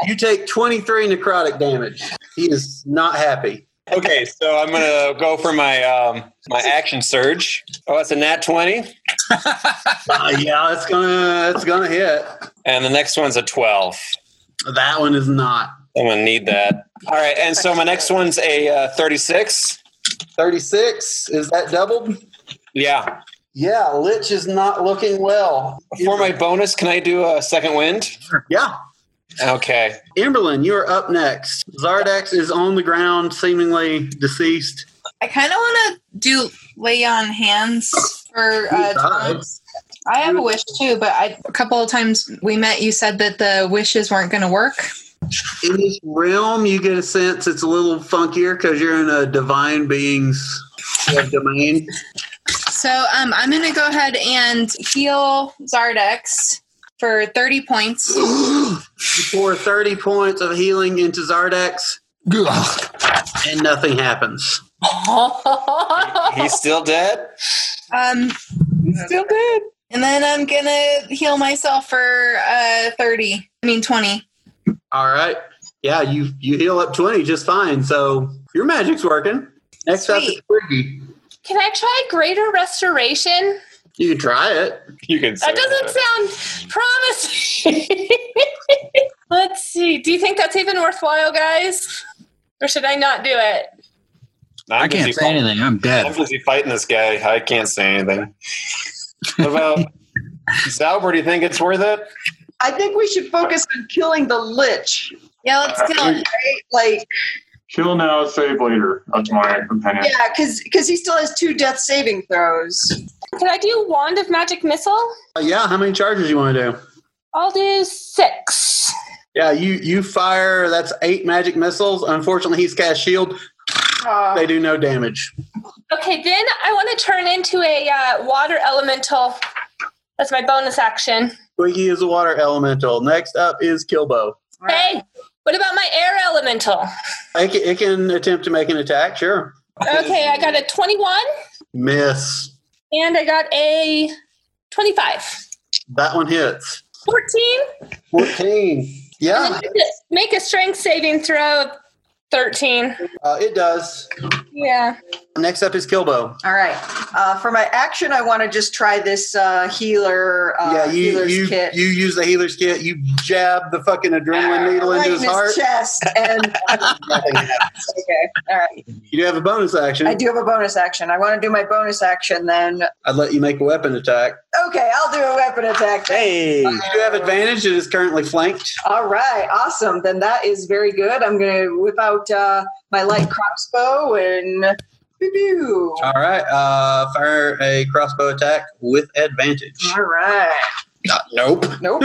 You take 23 necrotic damage. He is not happy. Okay, so I'm gonna go for my um, my action surge. Oh, that's a nat twenty, Uh, yeah, it's gonna it's gonna hit. and the next one's a twelve. That one is not. I'm gonna need that. All right, and so my next one's a uh, 36. 36 is that doubled? Yeah. Yeah, Lich is not looking well. For my bonus, can I do a second wind? Yeah. Okay. Emberlyn, you are up next. Zardax is on the ground, seemingly deceased. I kind of want to do lay on hands for uh, Tom. I have a wish too, but I, a couple of times we met, you said that the wishes weren't going to work. In this realm, you get a sense it's a little funkier because you're in a divine being's domain. So um, I'm going to go ahead and heal Zardex for 30 points. You pour 30 points of healing into Zardax, and nothing happens. He's still dead. Um, still dead. And then I'm going to heal myself for uh, 30. I mean, 20. All right. Yeah, you you heal up 20 just fine. So your magic's working. Next up is Twiggy. Can I try greater restoration? You can try it. You can. That doesn't sound promising. [LAUGHS] Let's see. Do you think that's even worthwhile, guys? Or should I not do it? I'm I can't busy say anything. I'm dead. I'm busy fighting this guy. I can't say anything. What about Zalber? Do you think it's worth it? I think we should focus on killing the lich. Yeah, let's kill it. Right? Like, Uh, Kill now, save later. That's my opinion. yeah, because uh, he still has two death saving throws. Can I do Wand of Magic Missile? Uh, yeah, how many charges you want to do? I'll do six. Yeah, you you fire. That's eight magic missiles. Unfortunately, he's cast shield. They do no damage. Okay, then I want to turn into a uh, water elemental. That's my bonus action. Twiggy is a water elemental. Next up is Kilbo. Hey, what about my air elemental? It can, it can attempt to make an attack. Sure, Okay, I got a 21 miss. and I got a 25. That one hits. 14. Fourteen. Yeah, Make a strength saving throw of 13. uh, it does. Yeah. Next up is Kilbo. All right. Uh, for my action, I want to just try this uh, healer uh, yeah, you healer's you, kit. you use the healer's kit. You jab the fucking adrenaline needle right into in his heart. chest, [LAUGHS] and Nothing happens. okay, all right. [LAUGHS] You do have a bonus action. I do have a bonus action. I want to do my bonus action then. I'd let you make a weapon attack. Okay, I'll do a weapon attack. Hey, you do have advantage. It is currently flanked. All right, awesome. Then that is very good. I'm going to whip out uh, my light crossbow and. Boo-boo. All right, uh, fire a crossbow attack with advantage. All right. Uh, nope. Nope.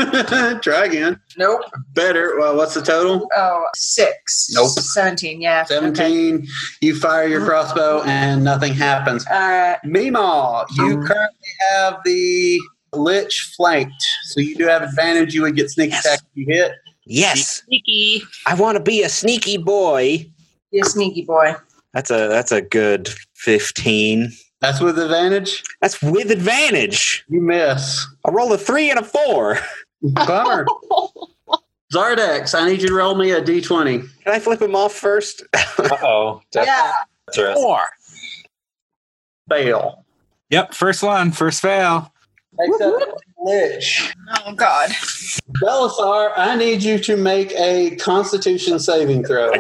[LAUGHS] Try again. Nope. Better. Well, what's the total? Oh, six. Nope. 17, yeah. 17. You fire your crossbow and nothing happens. Uh, Meemaw, you Um, currently have the Lich flanked, so you do have advantage. You would get sneak attack if you hit. Yes. Sneaky. I want to be a sneaky boy. You sneaky boy. That's a that's a good fifteen. That's with advantage. That's with advantage. You miss. I roll a three and a four. [LAUGHS] Bummer. Zardex, I need you to roll me a d20. Can I flip him off first? Uh [LAUGHS] oh. Yeah. Four. Fail. Yep. First one. First fail. Next up, Lich. Oh God. Belisar, I need you to make a Constitution saving throw.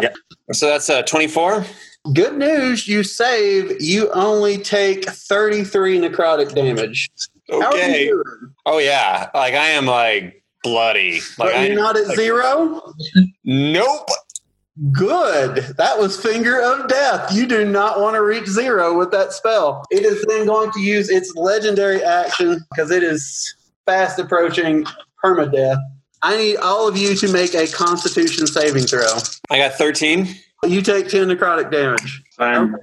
So that's uh, 24. Good news, you save. You only take 33 necrotic damage. How are you Okay. doing? Oh yeah. Like I am like bloody. Like But I you're am, not at like- zero? Nope. Good. That was finger of death. You do not want to reach zero with that spell. It is then going to use its legendary action because it is fast approaching permadeath. I need all of you to make a constitution saving throw. I got 13. You take 10 necrotic damage. Same.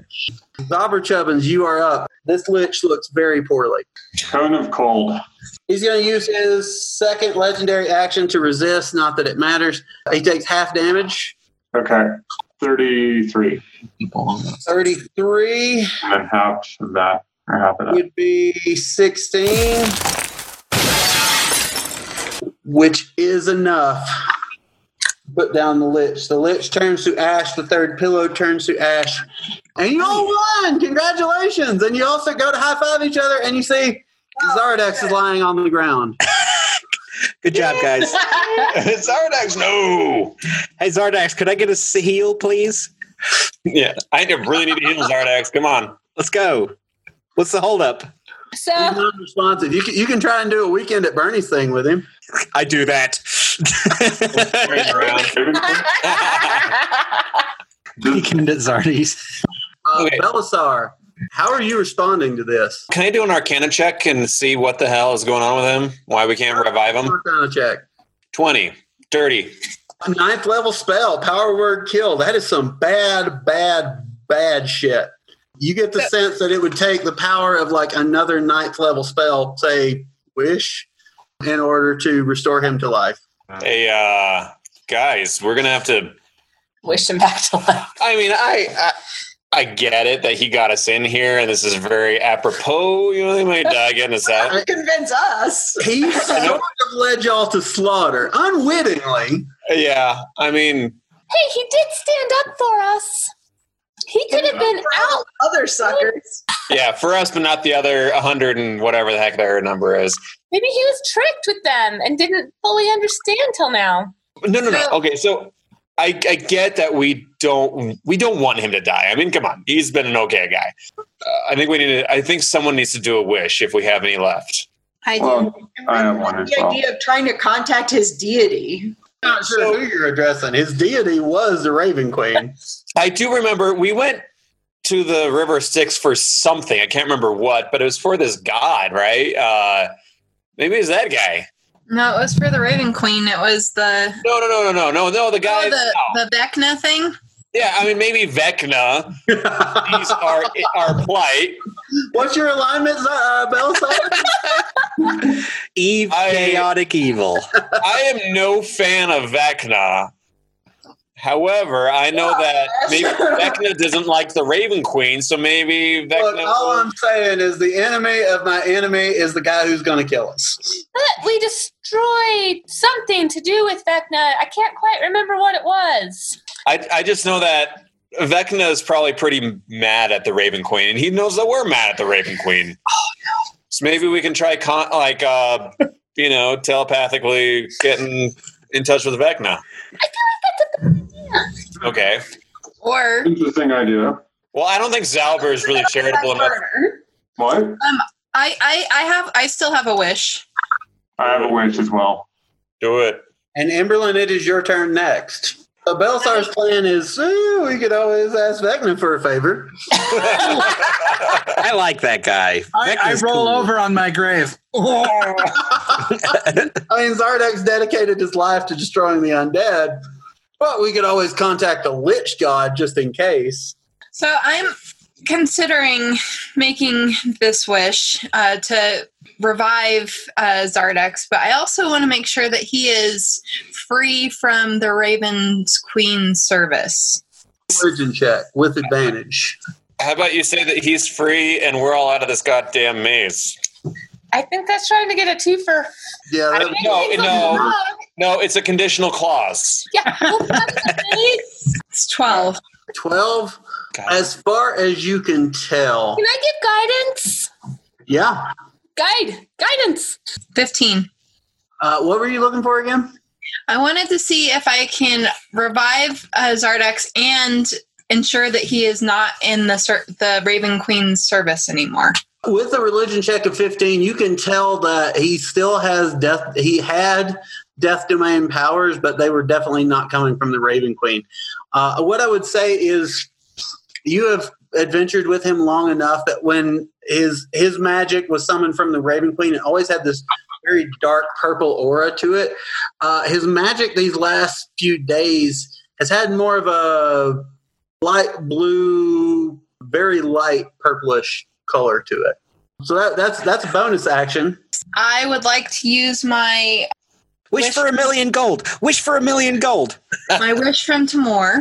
Dauber Chubbins, you are up. This lich looks very poorly. Cone of cold. He's going to use his second legendary action to resist, not that it matters. He takes half damage. Okay. 33. 33 And half of that. Or half of that. would be 16, which is enough. Put down the lich. The lich turns to ash. The third pillow turns to ash. And you all won! Congratulations! And you also go to high five each other, and you see Zardex is lying on the ground. Good job, guys. [LAUGHS] Zardax, no. Hey, Zardax, could I get a s- heal, please? Yeah. I really need to heal Zardax. Come on. Let's go. What's the holdup? So He's non-responsive. You can, you can try and do a weekend at Bernie's thing with him. I do that. [LAUGHS] [LAUGHS] Weekend at Zardy's. Uh, Belisar, how are you responding to this? Can I do an Arcana check and see what the hell is going on with him? Why we can't revive him? Arcana check. 20. Dirty. Ninth level spell, power word kill. That is some bad, bad, bad shit. You get the sense that it would take the power of like another ninth level spell, say wish, in order to restore him to life. Hey, uh, guys, we're gonna have to. Wish him back to life. I mean, I, I I get it that he got us in here, and this is very apropos. You know, they might die getting us out. Convince us. He sort of led y'all to slaughter unwittingly. Yeah, I mean, Hey, he did stand up for us. He could have been out. Other suckers. yeah, for us, but not the other 100 and whatever the heck their number is. Maybe he was tricked with them and didn't fully understand till now. No, no, no. Okay, so I, I get that we don't we don't want him to die. I mean, come on, he's been an okay guy. Uh, I think we need. To, I think someone needs to do a wish if we have any left. I uh, Well, do. I have one The idea of trying to contact his deity. Not sure who you're addressing. His deity was the Raven Queen. [LAUGHS] I do remember we went to the River Styx for something. I can't remember what, but it was for this god, right? Uh, maybe it's that guy. No, it was for the Raven Queen. It was the No, no, no, no, no, no, no. The guy. oh, the the Vecna thing. yeah, I mean, maybe Vecna. These are our plight. What's your alignment, uh, Belisar? Eve, chaotic evil. [LAUGHS] I am no fan of Vecna. However, I know that maybe Vecna doesn't like the Raven Queen, so maybe Vecna. Look, all I'm saying is the enemy of my enemy is the guy who's going to kill us. But we destroyed something to do with Vecna. I can't quite remember what it was. I, I just know that Vecna is probably pretty mad at the Raven Queen, and he knows that we're mad at the Raven Queen. Oh no! So maybe we can try con- like uh, you know telepathically getting in touch with Vecna. Okay. Or Interesting idea. Well, I don't think Zalber is really charitable enough. What? um, I, I I have I still have a wish. I have a wish as well. Do it. And Emberlyn, it is your turn next. So Belisar's plan is eh, we could always ask Vecna for a favor. [LAUGHS] [LAUGHS] I like that guy. I, I roll over [LAUGHS] on my grave. I mean, Zardak's dedicated his life to destroying the undead, but we could always contact a lich god just in case. So I'm considering making this wish uh, to revive uh, Zardex, but I also want to make sure that he is free from the Raven's Queen service. Origin check with advantage. How about you say that he's free and we're all out of this goddamn maze? I think that's trying to get a twofer. Yeah, I think no, he's no, alive. no. It's a conditional clause. Yeah. It's 12. 12? As far as you can tell. Can I get guidance? Yeah. Guide. Guidance. 15. Uh, what were you looking for again? I wanted to see if I can revive uh, Zardex and ensure that he is not in the ser- the Raven Queen's service anymore. With a religion check of 15, you can tell that he still has death. He had death domain powers, but they were definitely not coming from the Raven Queen. Uh, what I would say is you have adventured with him long enough that when his his magic was summoned from the Raven Queen, it always had this very dark purple aura to it. Uh, his magic these last few days has had more of a light blue, very light purplish color to it. So that, that's that's a bonus action. I would like to use my Wish for a million gold. Wish for a million gold. my wish from Tamor.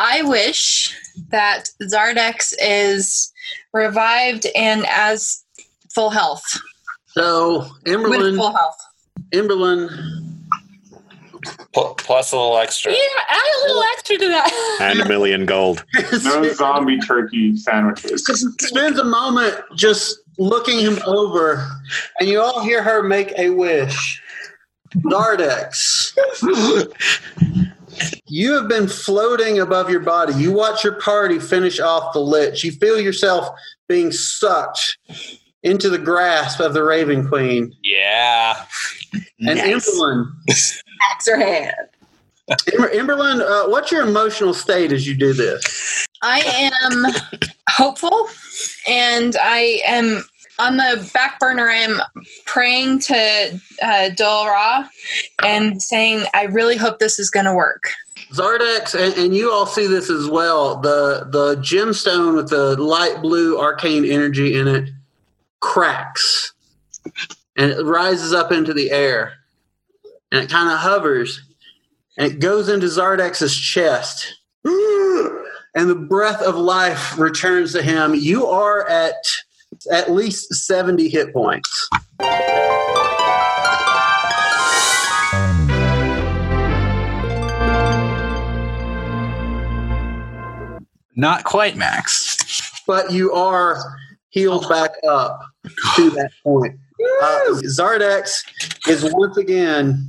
I wish that Zardex is revived and as full health. So With Emberlyn, full health. Emberlyn, Pl- plus a little extra. Yeah, add a little extra to that. And a million gold. No [LAUGHS] zombie turkey sandwiches. spends a moment just looking him over, and you all hear her make a wish. Zardex, you have been floating above your body. You watch your party finish off the lich. You feel yourself being sucked into the grasp of the Raven Queen. Yeah. And Emberlyn, Axe her hand. Ember, Emberlyn, uh, what's your emotional state as you do this? I am hopeful and I am on the back burner. I am praying to uh, Dol Ra and saying, I really hope this is going to work. Zardex, and, and you all see this as well. The the gemstone with the light blue arcane energy in it cracks, and it rises up into the air, and it kind of hovers, and it goes into Zardex's chest, [GASPS] and the breath of life returns to him. You are at at least seventy hit points. Not quite max. but you are healed back up to that point. Uh, Zardex is once again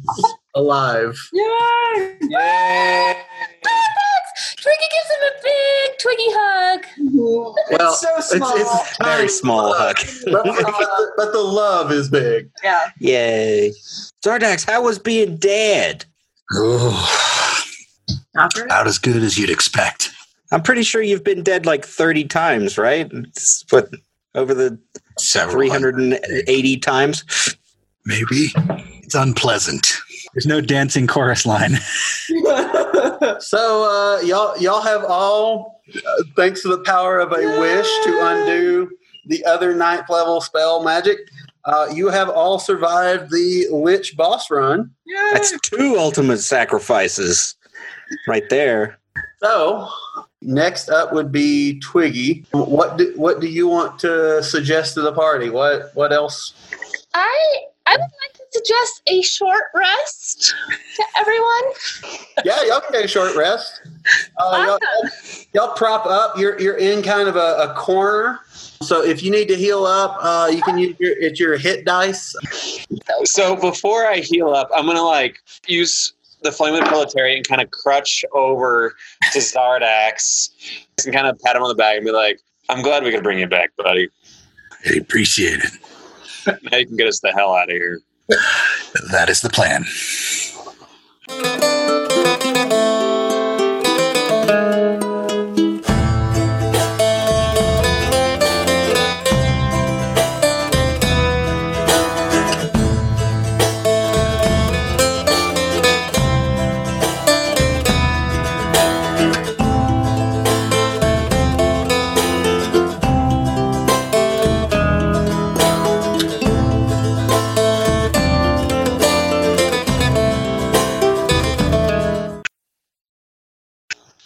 alive. Yay! Twiggy hug. Well, It's, it's Very small hook. but, but the, but the love is big. Yeah. [LAUGHS] Yay. Zardax, how was being dad? Oh, About as good as you'd expect. I'm pretty sure you've been dead like 30 times, right? It's What, over the 380 times? maybe. It's unpleasant. There's no dancing chorus line. [LAUGHS] so uh, y'all y'all have all uh, thanks to the power of a wish to undo the other ninth level spell magic uh, you have all survived the witch boss run That's two ultimate sacrifices right there. so next up would be twiggy what do, what do you want to suggest to the party what what else I I would like to suggest a short rest to everyone. yeah, y'all can take a short rest. [LAUGHS] Uh, y'all- y'all, prop up. You're you're in kind of a, a corner, so if you need to heal up, uh, you can use your it's your hit dice. So before I heal up, I'm gonna like use the flame of the military and kind of crutch over to Zardax and kind of pat him on the back and be like, "I'm glad we could bring you back, buddy. I appreciate it. Now you can get us the hell out of here." That is the plan.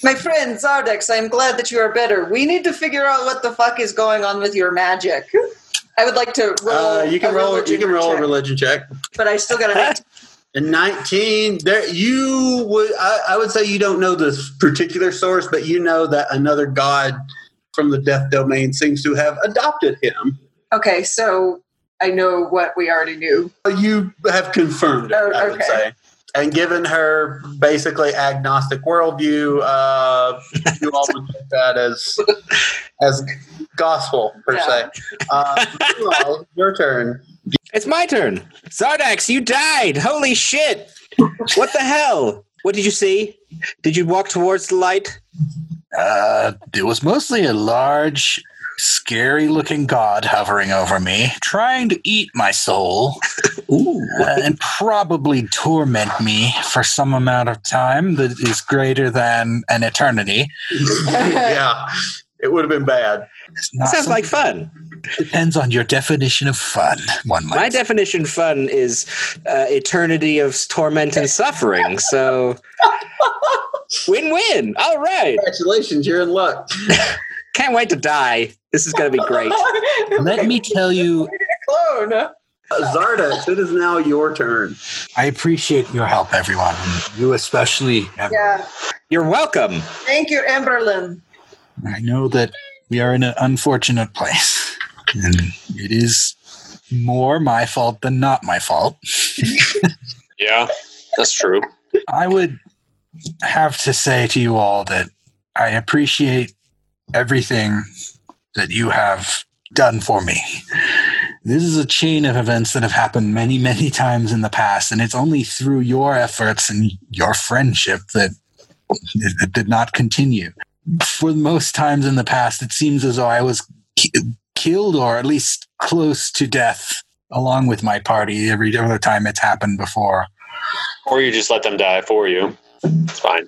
My friend Zardex, I'm glad that you are better. We need to figure out what the fuck is going on with your magic. I would like to roll. Uh, you can a roll you can roll a check, religion check. But I still got to. A nineteen. There, you would. I, I would say you don't know this particular source, but you know that another god from the death domain seems to have adopted him. Okay, so I know what we already knew. You have confirmed it, I would say. And given her basically agnostic worldview, uh, you all would take that as as gospel per se. Uh, meanwhile, your turn. It's my turn. Zardax, you died. Holy shit. What the hell? What did you see? Did you walk towards the light? Uh, it was mostly a large, scary looking god hovering over me, trying to eat my soul. uh, and probably torment me for some amount of time that is greater than an eternity. yeah, it would have been bad. Sounds like fun. Depends on your definition of fun. One might. My definition of fun is uh, eternity of torment and suffering. So [LAUGHS] win win. All right. Congratulations, you're in luck. Can't wait to die. This is going to be great. Let me tell you. Clone. Zarda, it is now your turn. I appreciate your help, everyone. You especially. Yeah. You're [LAUGHS] welcome. Thank you, Emberlyn. I know that we are in an unfortunate place, and it is more my fault than not my fault. [LAUGHS] Yeah, that's true. I would have to say to you all that I appreciate everything that you have done for me. This is a chain of events that have happened many, many times in the past, and it's only through your efforts and your friendship that it, it did not continue. For most times in the past, it seems as though I was ki- killed or at least close to death along with my party every other time it's happened before. Or you just let them die for you. It's fine.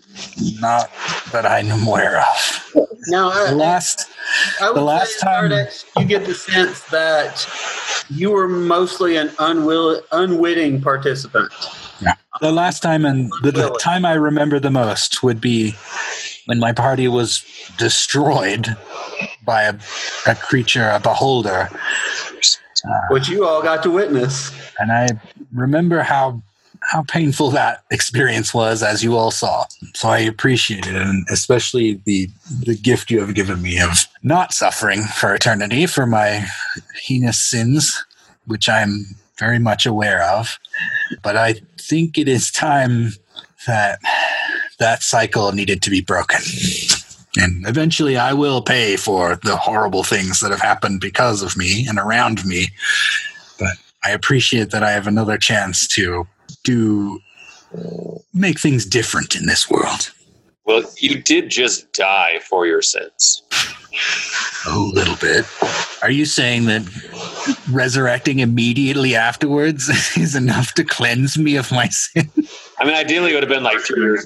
Not that I'm aware of. Now, I, The last, I would the last say, time, Zardex, you get the sense that you were mostly an unwill- unwitting participant. the last time, and the, the Really? time I remember the most would be when my party was destroyed by a, a creature, a beholder, Which you all got to witness. and I remember how how painful that experience was, as you all saw. So I appreciate it, and especially the the gift you have given me of not suffering for eternity for my heinous sins, which I'm very much aware of. But I think it is time that that cycle needed to be broken. And eventually I will pay for the horrible things that have happened because of me and around me. But I appreciate that I have another chance to do make things different in this world. Well, you did just die for your sins. Oh, a little bit. Are you saying that resurrecting immediately afterwards [LAUGHS] is enough to cleanse me of my sin? I mean, ideally, it would have been like two years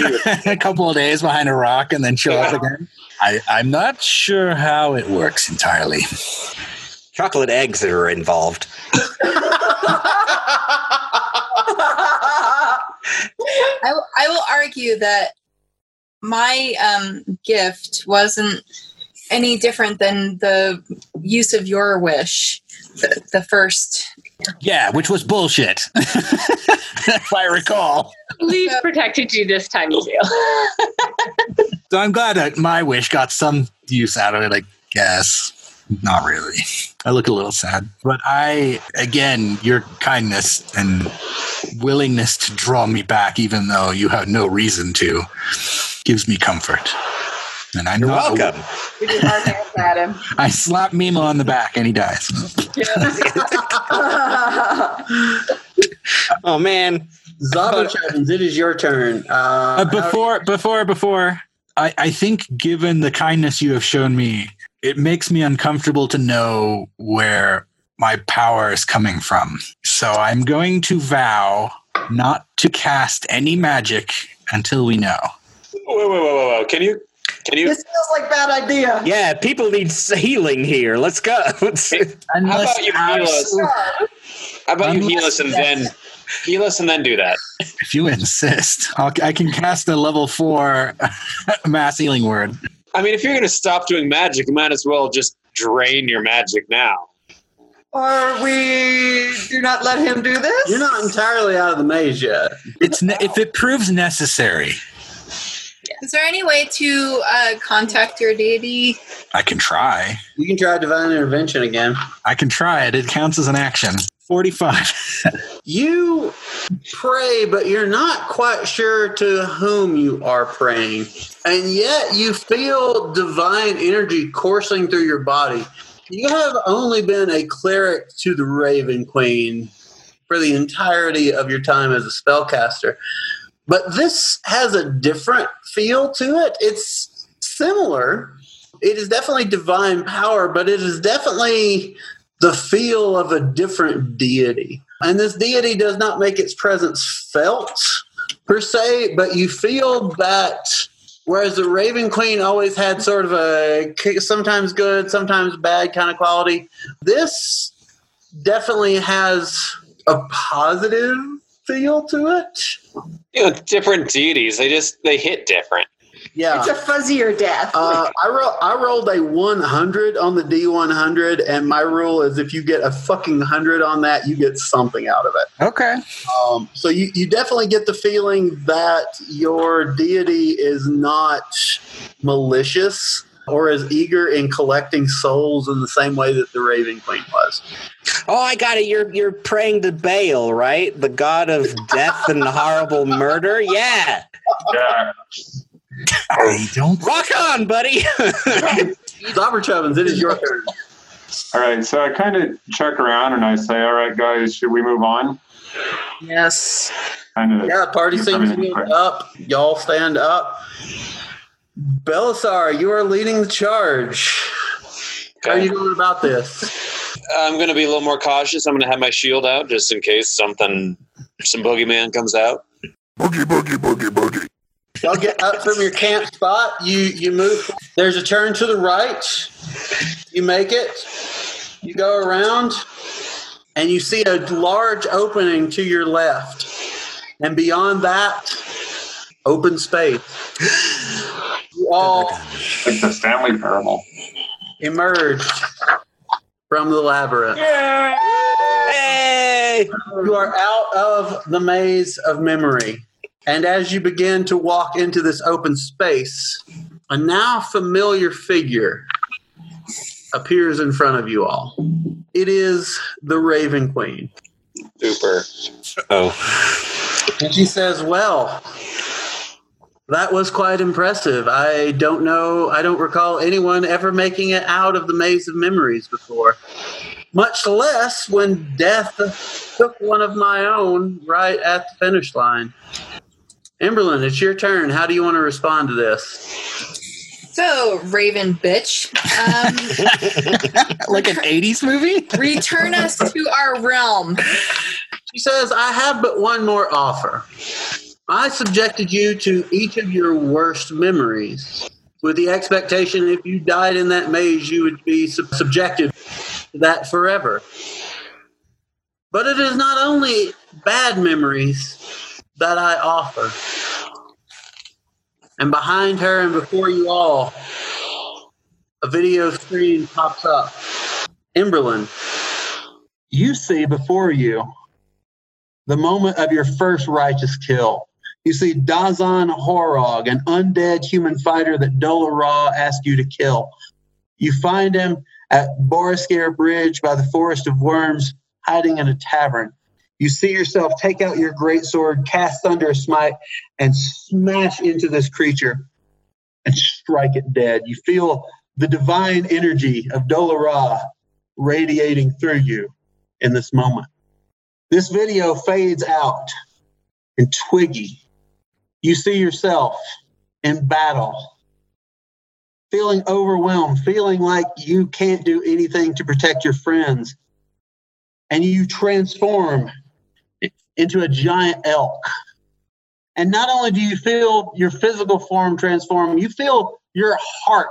ago. a couple of days behind a rock and then show up again? I, I'm not sure how it works entirely. Chocolate eggs are involved. I, w- I will argue that my um, gift wasn't any different than the use of your wish, the, the first. Yeah, which was bullshit. [LAUGHS] if I recall. Leaf protected you this time, [LAUGHS] too. So I'm glad that my wish got some use out of it, I guess. Not really. I look a little sad. But I, again, your kindness and willingness to draw me back, even though you have no reason to, gives me comfort. And I'm You're welcome. We just our hands at him. I slap Mima on the back and he dies. oh man, Zabo Chavins, it is your turn. Uh, Uh, before, before, before, I, I think given the kindness you have shown me, it makes me uncomfortable to know where my power is coming from. So I'm going to vow not to cast any magic until we know. Whoa, whoa, whoa, whoa, whoa. Can you? Can you? This feels like bad idea. Yeah, people need s- healing here. Let's go. [LAUGHS] How about you heal us? How about you heal us and then heal us and then do that? If you insist, I'll, I can cast a level four [LAUGHS] mass healing word. I mean, if you're going to stop doing magic, you might as well just drain your magic now. Or we do not let him do this. You're not entirely out of the maze yet. It's ne- if it proves necessary, [LAUGHS] Is there any way to uh, contact your deity? I can try. You can try divine intervention again. I can try it. It counts as an action. Forty-five. You pray, but you're not quite sure to whom you are praying. And yet you feel divine energy coursing through your body. You have only been a cleric to the Raven Queen for the entirety of your time as a spellcaster. But this has a different feel to it. It's similar. It is definitely divine power, but it is definitely the feel of a different deity. And this deity does not make its presence felt per se, but you feel that. Whereas the Raven Queen always had sort of a k- sometimes good, sometimes bad kind of quality, this definitely has a positive feel to it. You know, different deities, they just they hit different. Yeah, It's a fuzzier death. Uh, I roll. I rolled a 100 on the D100, and my rule is if you get a fucking hundred on that, you get something out of it. Okay. Um, so you, you definitely get the feeling that your deity is not malicious or is eager in collecting souls in the same way that the Raven Queen was. Oh, I got it. You're you're praying to Baal, right? The god of death and horrible murder. Yeah. Yeah. I don't. Rock on, buddy. [LAUGHS] Robert Chubbins, it is your turn. All right, so I kind of check around and I say, "All right, guys, should we move on?" Yes. Kind of. Yeah, party seems to be up. Y'all stand up. Belisar, you are leading the charge. How are you going about this? I'm going to be a little more cautious. I'm going to have my shield out just in case something, some boogeyman comes out. Y'all get up from your camp spot. You you move. There's a turn to the right. You make it. You go around, and you see a large opening to your left, and beyond that, open space. You all Like the Stanley Parable. emerge from the labyrinth. Hey! You are out of the maze of memory. And as you begin to walk into this open space, a now familiar figure appears in front of you all. It is the Raven Queen. Super. Oh. And she says, Well, That was quite impressive. I don't know, I don't recall anyone ever making it out of the maze of memories before. Much less when death took one of my own right at the finish line. Emberlyn, it's your turn. How do you want to respond to this? So, Raven bitch. Um, like an 80s movie? return us to our realm. She says, I have but one more offer. I subjected you to each of your worst memories with the expectation if you died in that maze, you would be sub- subjected to that forever. But it is not only bad memories that I offer. And behind her and before you all, a video screen pops up. Emberlyn, you see before you the moment of your first righteous kill. You see Dazan Horog, an undead human fighter that Dola Ra asked you to kill. You find him at Boriskare Bridge by the Forest of Worms, hiding in a tavern. You see yourself take out your greatsword, cast Thunderous Smite, and smash into this creature and strike it dead. You feel the divine energy of Dola Ra radiating through you in this moment. This video fades out and Twiggy. You see yourself in battle, feeling overwhelmed, feeling like you can't do anything to protect your friends. And you transform into a giant elk. And not only do you feel your physical form transform, you feel your heart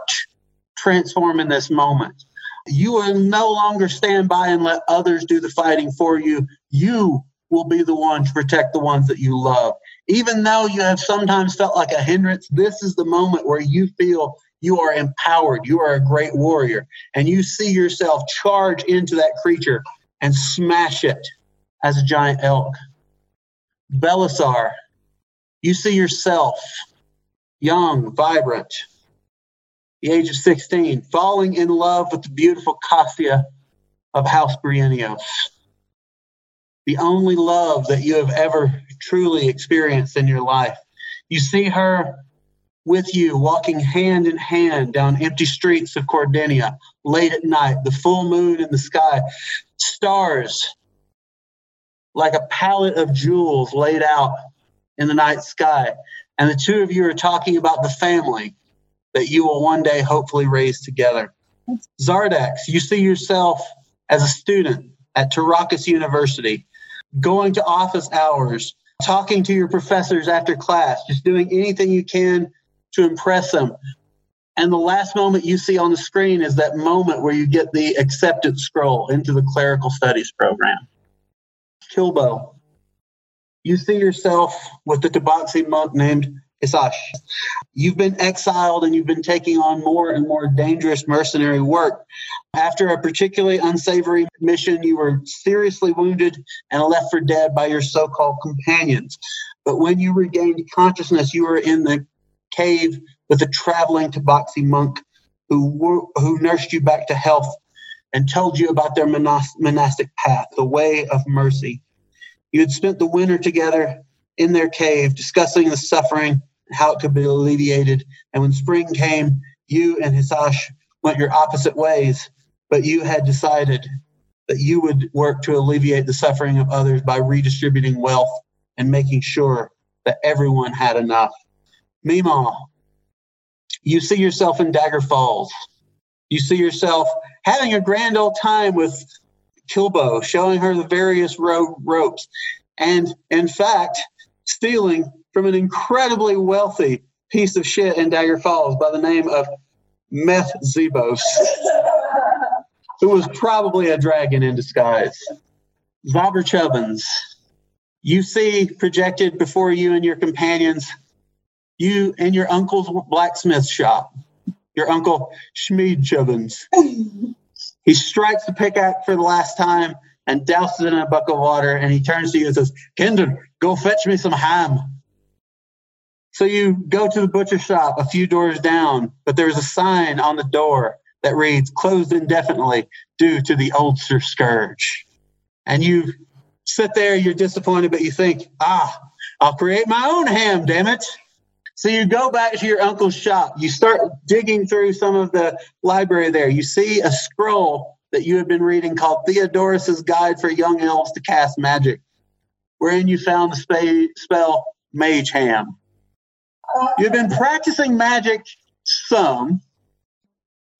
transform in this moment. You will no longer stand by and let others do the fighting for you. You will be the one to protect the ones that you love. Even though you have sometimes felt like a hindrance, this is the moment where you feel you are empowered. You are a great warrior. And you see yourself charge into that creature and smash it as a giant elk. Belisar, you see yourself young, vibrant, the age of 16, falling in love with the beautiful Cassia of House Briennios. The only love that you have ever truly experienced in your life. You see her with you walking hand in hand down empty streets of Cordinia late at night, the full moon in the sky, stars like a palette of jewels laid out in the night sky. And the two of you are talking about the family that you will one day hopefully raise together. Zardax, you see yourself as a student at Tarakas University, going to office hours, talking to your professors after class, just doing anything you can to impress them. And the last moment you see on the screen is that moment where you get the acceptance scroll into the clerical studies program. Kilbo, you see yourself with the Tabaxi monk named Isash. You've been exiled and you've been taking on more and more dangerous mercenary work. After a particularly unsavory mission, you were seriously wounded and left for dead by your so called companions. But when you regained consciousness, you were in the cave with a traveling Tabaxi monk who, wor- who nursed you back to health and told you about their monas- monastic path, the way of mercy. You had spent the winter together in their cave discussing the suffering and how it could be alleviated. And when spring came, you and Hisash went your opposite ways, but you had decided that you would work to alleviate the suffering of others by redistributing wealth and making sure that everyone had enough. Meemaw, you see yourself in Dagger Falls. You see yourself having a grand old time with Kilbo, showing her the various ro- ropes, and in fact, stealing from an incredibly wealthy piece of shit in Dagger Falls by the name of Meth Zebos, who was probably a dragon in disguise. Zobber Chubbins, you see projected before you and your companions, you and your uncle's blacksmith shop, your uncle Schmied Chubbins. he strikes the pickaxe for the last time and douses it in a bucket of water. And he turns to you and says, Kinder, go fetch me some ham. So you go to the butcher shop a few doors down, but there's a sign on the door that reads, closed indefinitely due to the Ulster scourge. And you sit there, you're disappointed, but you think, ah, I'll create my own ham, damn it. So you go back to your uncle's shop. You start digging through some of the library there. You see a scroll that you had been reading called Theodorus's Guide for Young Elves to Cast Magic, wherein you found the spe- spell Mage Ham. You've been practicing magic some,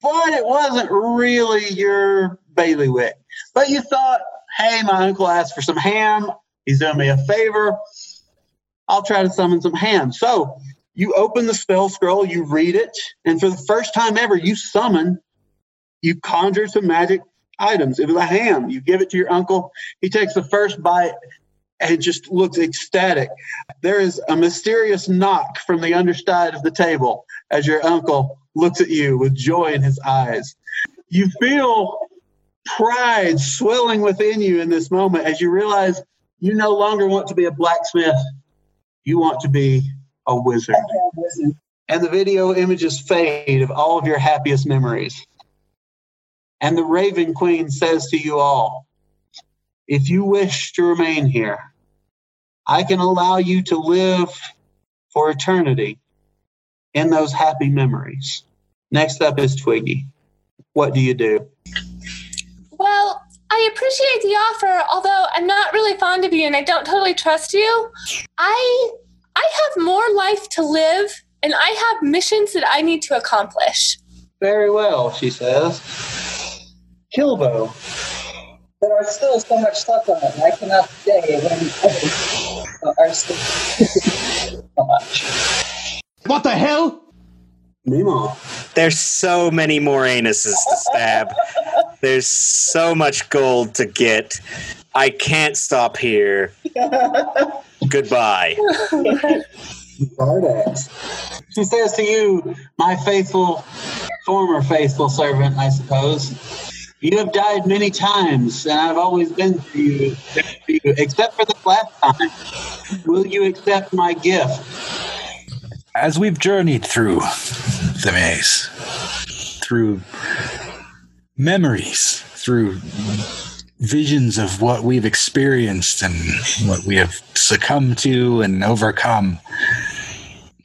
but it wasn't really your bailiwick. But you thought, hey, my uncle asked for some ham. He's doing me a favor. I'll try to summon some ham. So you open the spell scroll, you read it, and for the first time ever, you summon, you conjure some magic items. It was a ham. You give it to your uncle. He takes the first bite and just looks ecstatic. There is a mysterious knock from the underside of the table as your uncle looks at you with joy in his eyes. You feel pride swelling within you in this moment as you realize you no longer want to be a blacksmith, you want to be a wizard. And the video images fade of all of your happiest memories. And the Raven Queen says to you all, if you wish to remain here, I can allow you to live for eternity in those happy memories. Next up is Twiggy. What do you do? Well, I appreciate the offer, although I'm not really fond of you and I don't totally trust you. I I have more life to live and I have missions that I need to accomplish. Very well, she says. Kilbo, There are still so much stuff on it. I cannot stay when are still What the hell? Nemo. There's so many more anuses to stab. There's so much gold to get. I can't stop here. Goodbye. Bardass. She says to you, my faithful, former faithful servant, I suppose, you have died many times, and I've always been to you, to you, except for this last time. Will you accept my gift? As we've journeyed through the maze, through memories, through visions of what we've experienced and what we have succumbed to and overcome,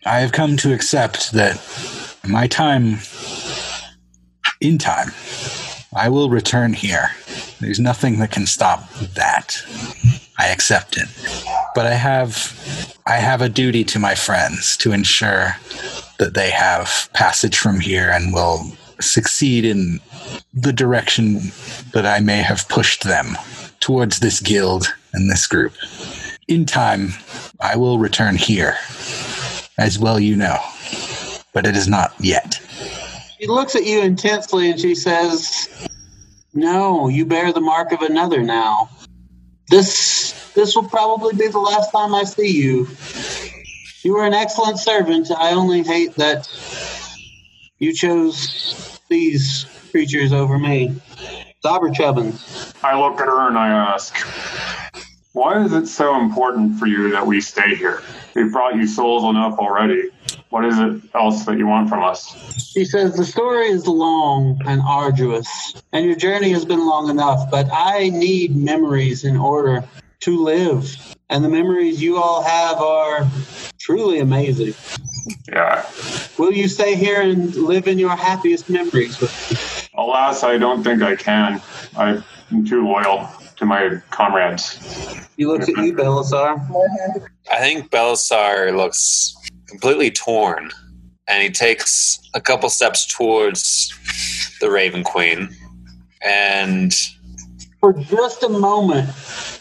I have come to accept that my time, in time, I will return here. There's nothing that can stop that. I accept it. But I have I have a duty to my friends to ensure that they have passage from here and will succeed in the direction that I may have pushed them towards this guild and this group. In time, I will return here. As well you know. But it is not yet. She looks at you intensely and she says, No, you bear the mark of another now. This this will probably be the last time I see you. You were an excellent servant. I only hate that you chose these creatures over me. Dauber Chubbins. I look at her and I ask, Why is it so important for you that we stay here? We've brought you souls enough already. What is it else that you want from us? She says, The story is long and arduous, and your journey has been long enough, but I need memories in order to live. And the memories you all have are truly amazing. Yeah. Will you stay here and live in your happiest memories? Alas, I don't think I can. I'm too loyal to my comrades. He looks at you, Belisar. I think Belisar looks completely torn, and he takes a couple steps towards the Raven Queen, and For just a moment,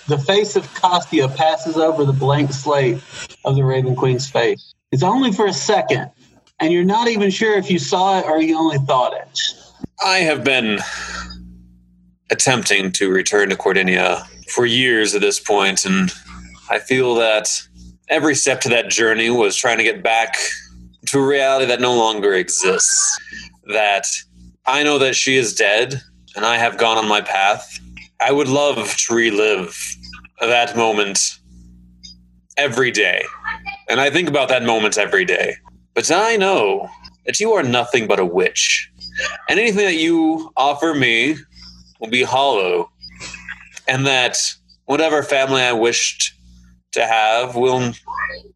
the face of Costia passes over the blank slate of the Raven Queen's face. It's only for a second, and you're not even sure if you saw it or you only thought it. I have been attempting to return to Cordinia for years at this point, and I feel that every step to that journey was trying to get back to a reality that no longer exists. That I know that she is dead, and I have gone on my path. I would love to relive that moment every day, and I think about that moment every day. But I know that you are nothing but a witch. And anything that you offer me will be hollow, and that whatever family I wished to have will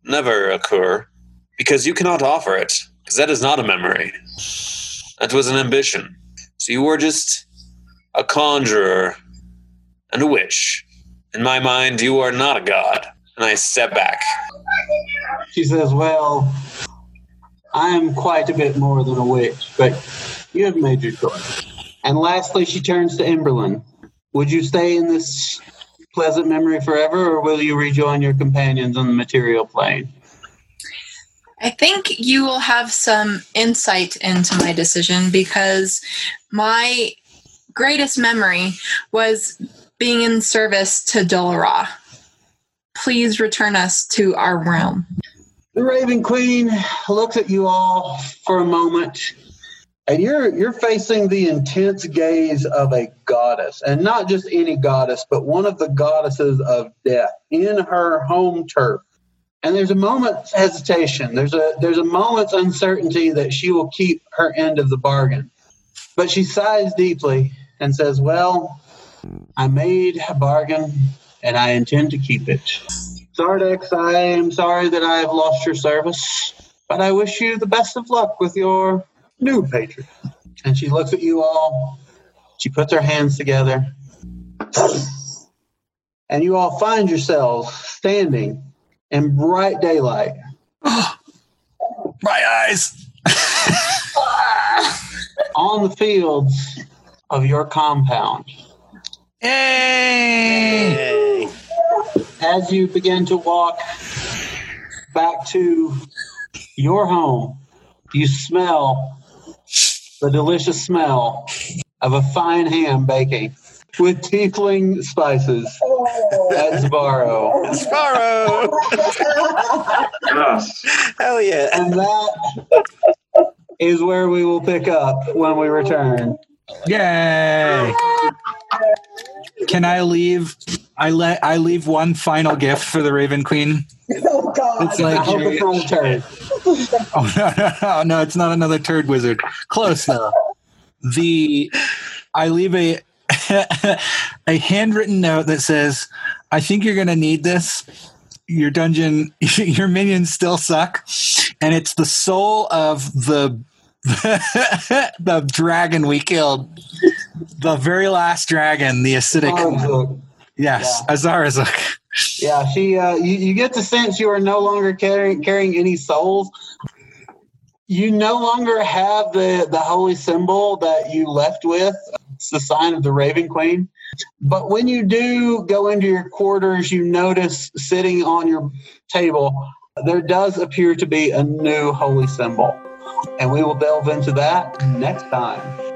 never occur. because you cannot offer it, because that is not a memory. That was an ambition. So you were just a conjurer and a witch. In my mind, you are not a god. And I step back. She says, Well, I'm quite a bit more than a witch, but you have made your choice. And lastly, she turns to Emberlin. Would you stay in this pleasant memory forever, or will you rejoin your companions on the material plane? I think you will have some insight into my decision because my greatest memory was being in service to Dolora. Please return us to our realm. The Raven Queen looks at you all for a moment, and you're you're facing the intense gaze of a goddess, and not just any goddess, but one of the goddesses of death in her home turf. And there's a moment's hesitation. There's a there's a moment's uncertainty that she will keep her end of the bargain. But she sighs deeply and says, "Well, I made a bargain, and I intend to keep it." Zardex, I am sorry that I have lost your service, but I wish you the best of luck with your new patron. And she looks at you all. She puts her hands together. And you all find yourselves standing in bright daylight. My eyes! on the fields of your compound. Yay! As you begin to walk back to your home, you smell the delicious smell of a fine ham baking with tinkling spices at Sbarro. Sparrow. Hell yeah. And that is where we will pick up when we return. Yay! Can I leave? I let I leave one final gift for the Raven Queen. Oh, God. It's like I hope you're- it's not a turd. [LAUGHS] Oh no, no, no, no, it's not another turd wizard. Close though. The I leave a [LAUGHS] a handwritten note that says, "I think you're going to need this. Your dungeon, [LAUGHS] your minions still suck." And it's the soul of the [LAUGHS] the dragon we killed, the very last dragon, the acidic. Azarazuk. Yes, Azarazuk. Yeah, she. Uh, you, you get the sense you are no longer carrying carrying any souls. You no longer have the the holy symbol that you left with. It's the sign of the Raven Queen. But when you do go into your quarters, you notice sitting on your table there does appear to be a new holy symbol, and we will delve into that next time.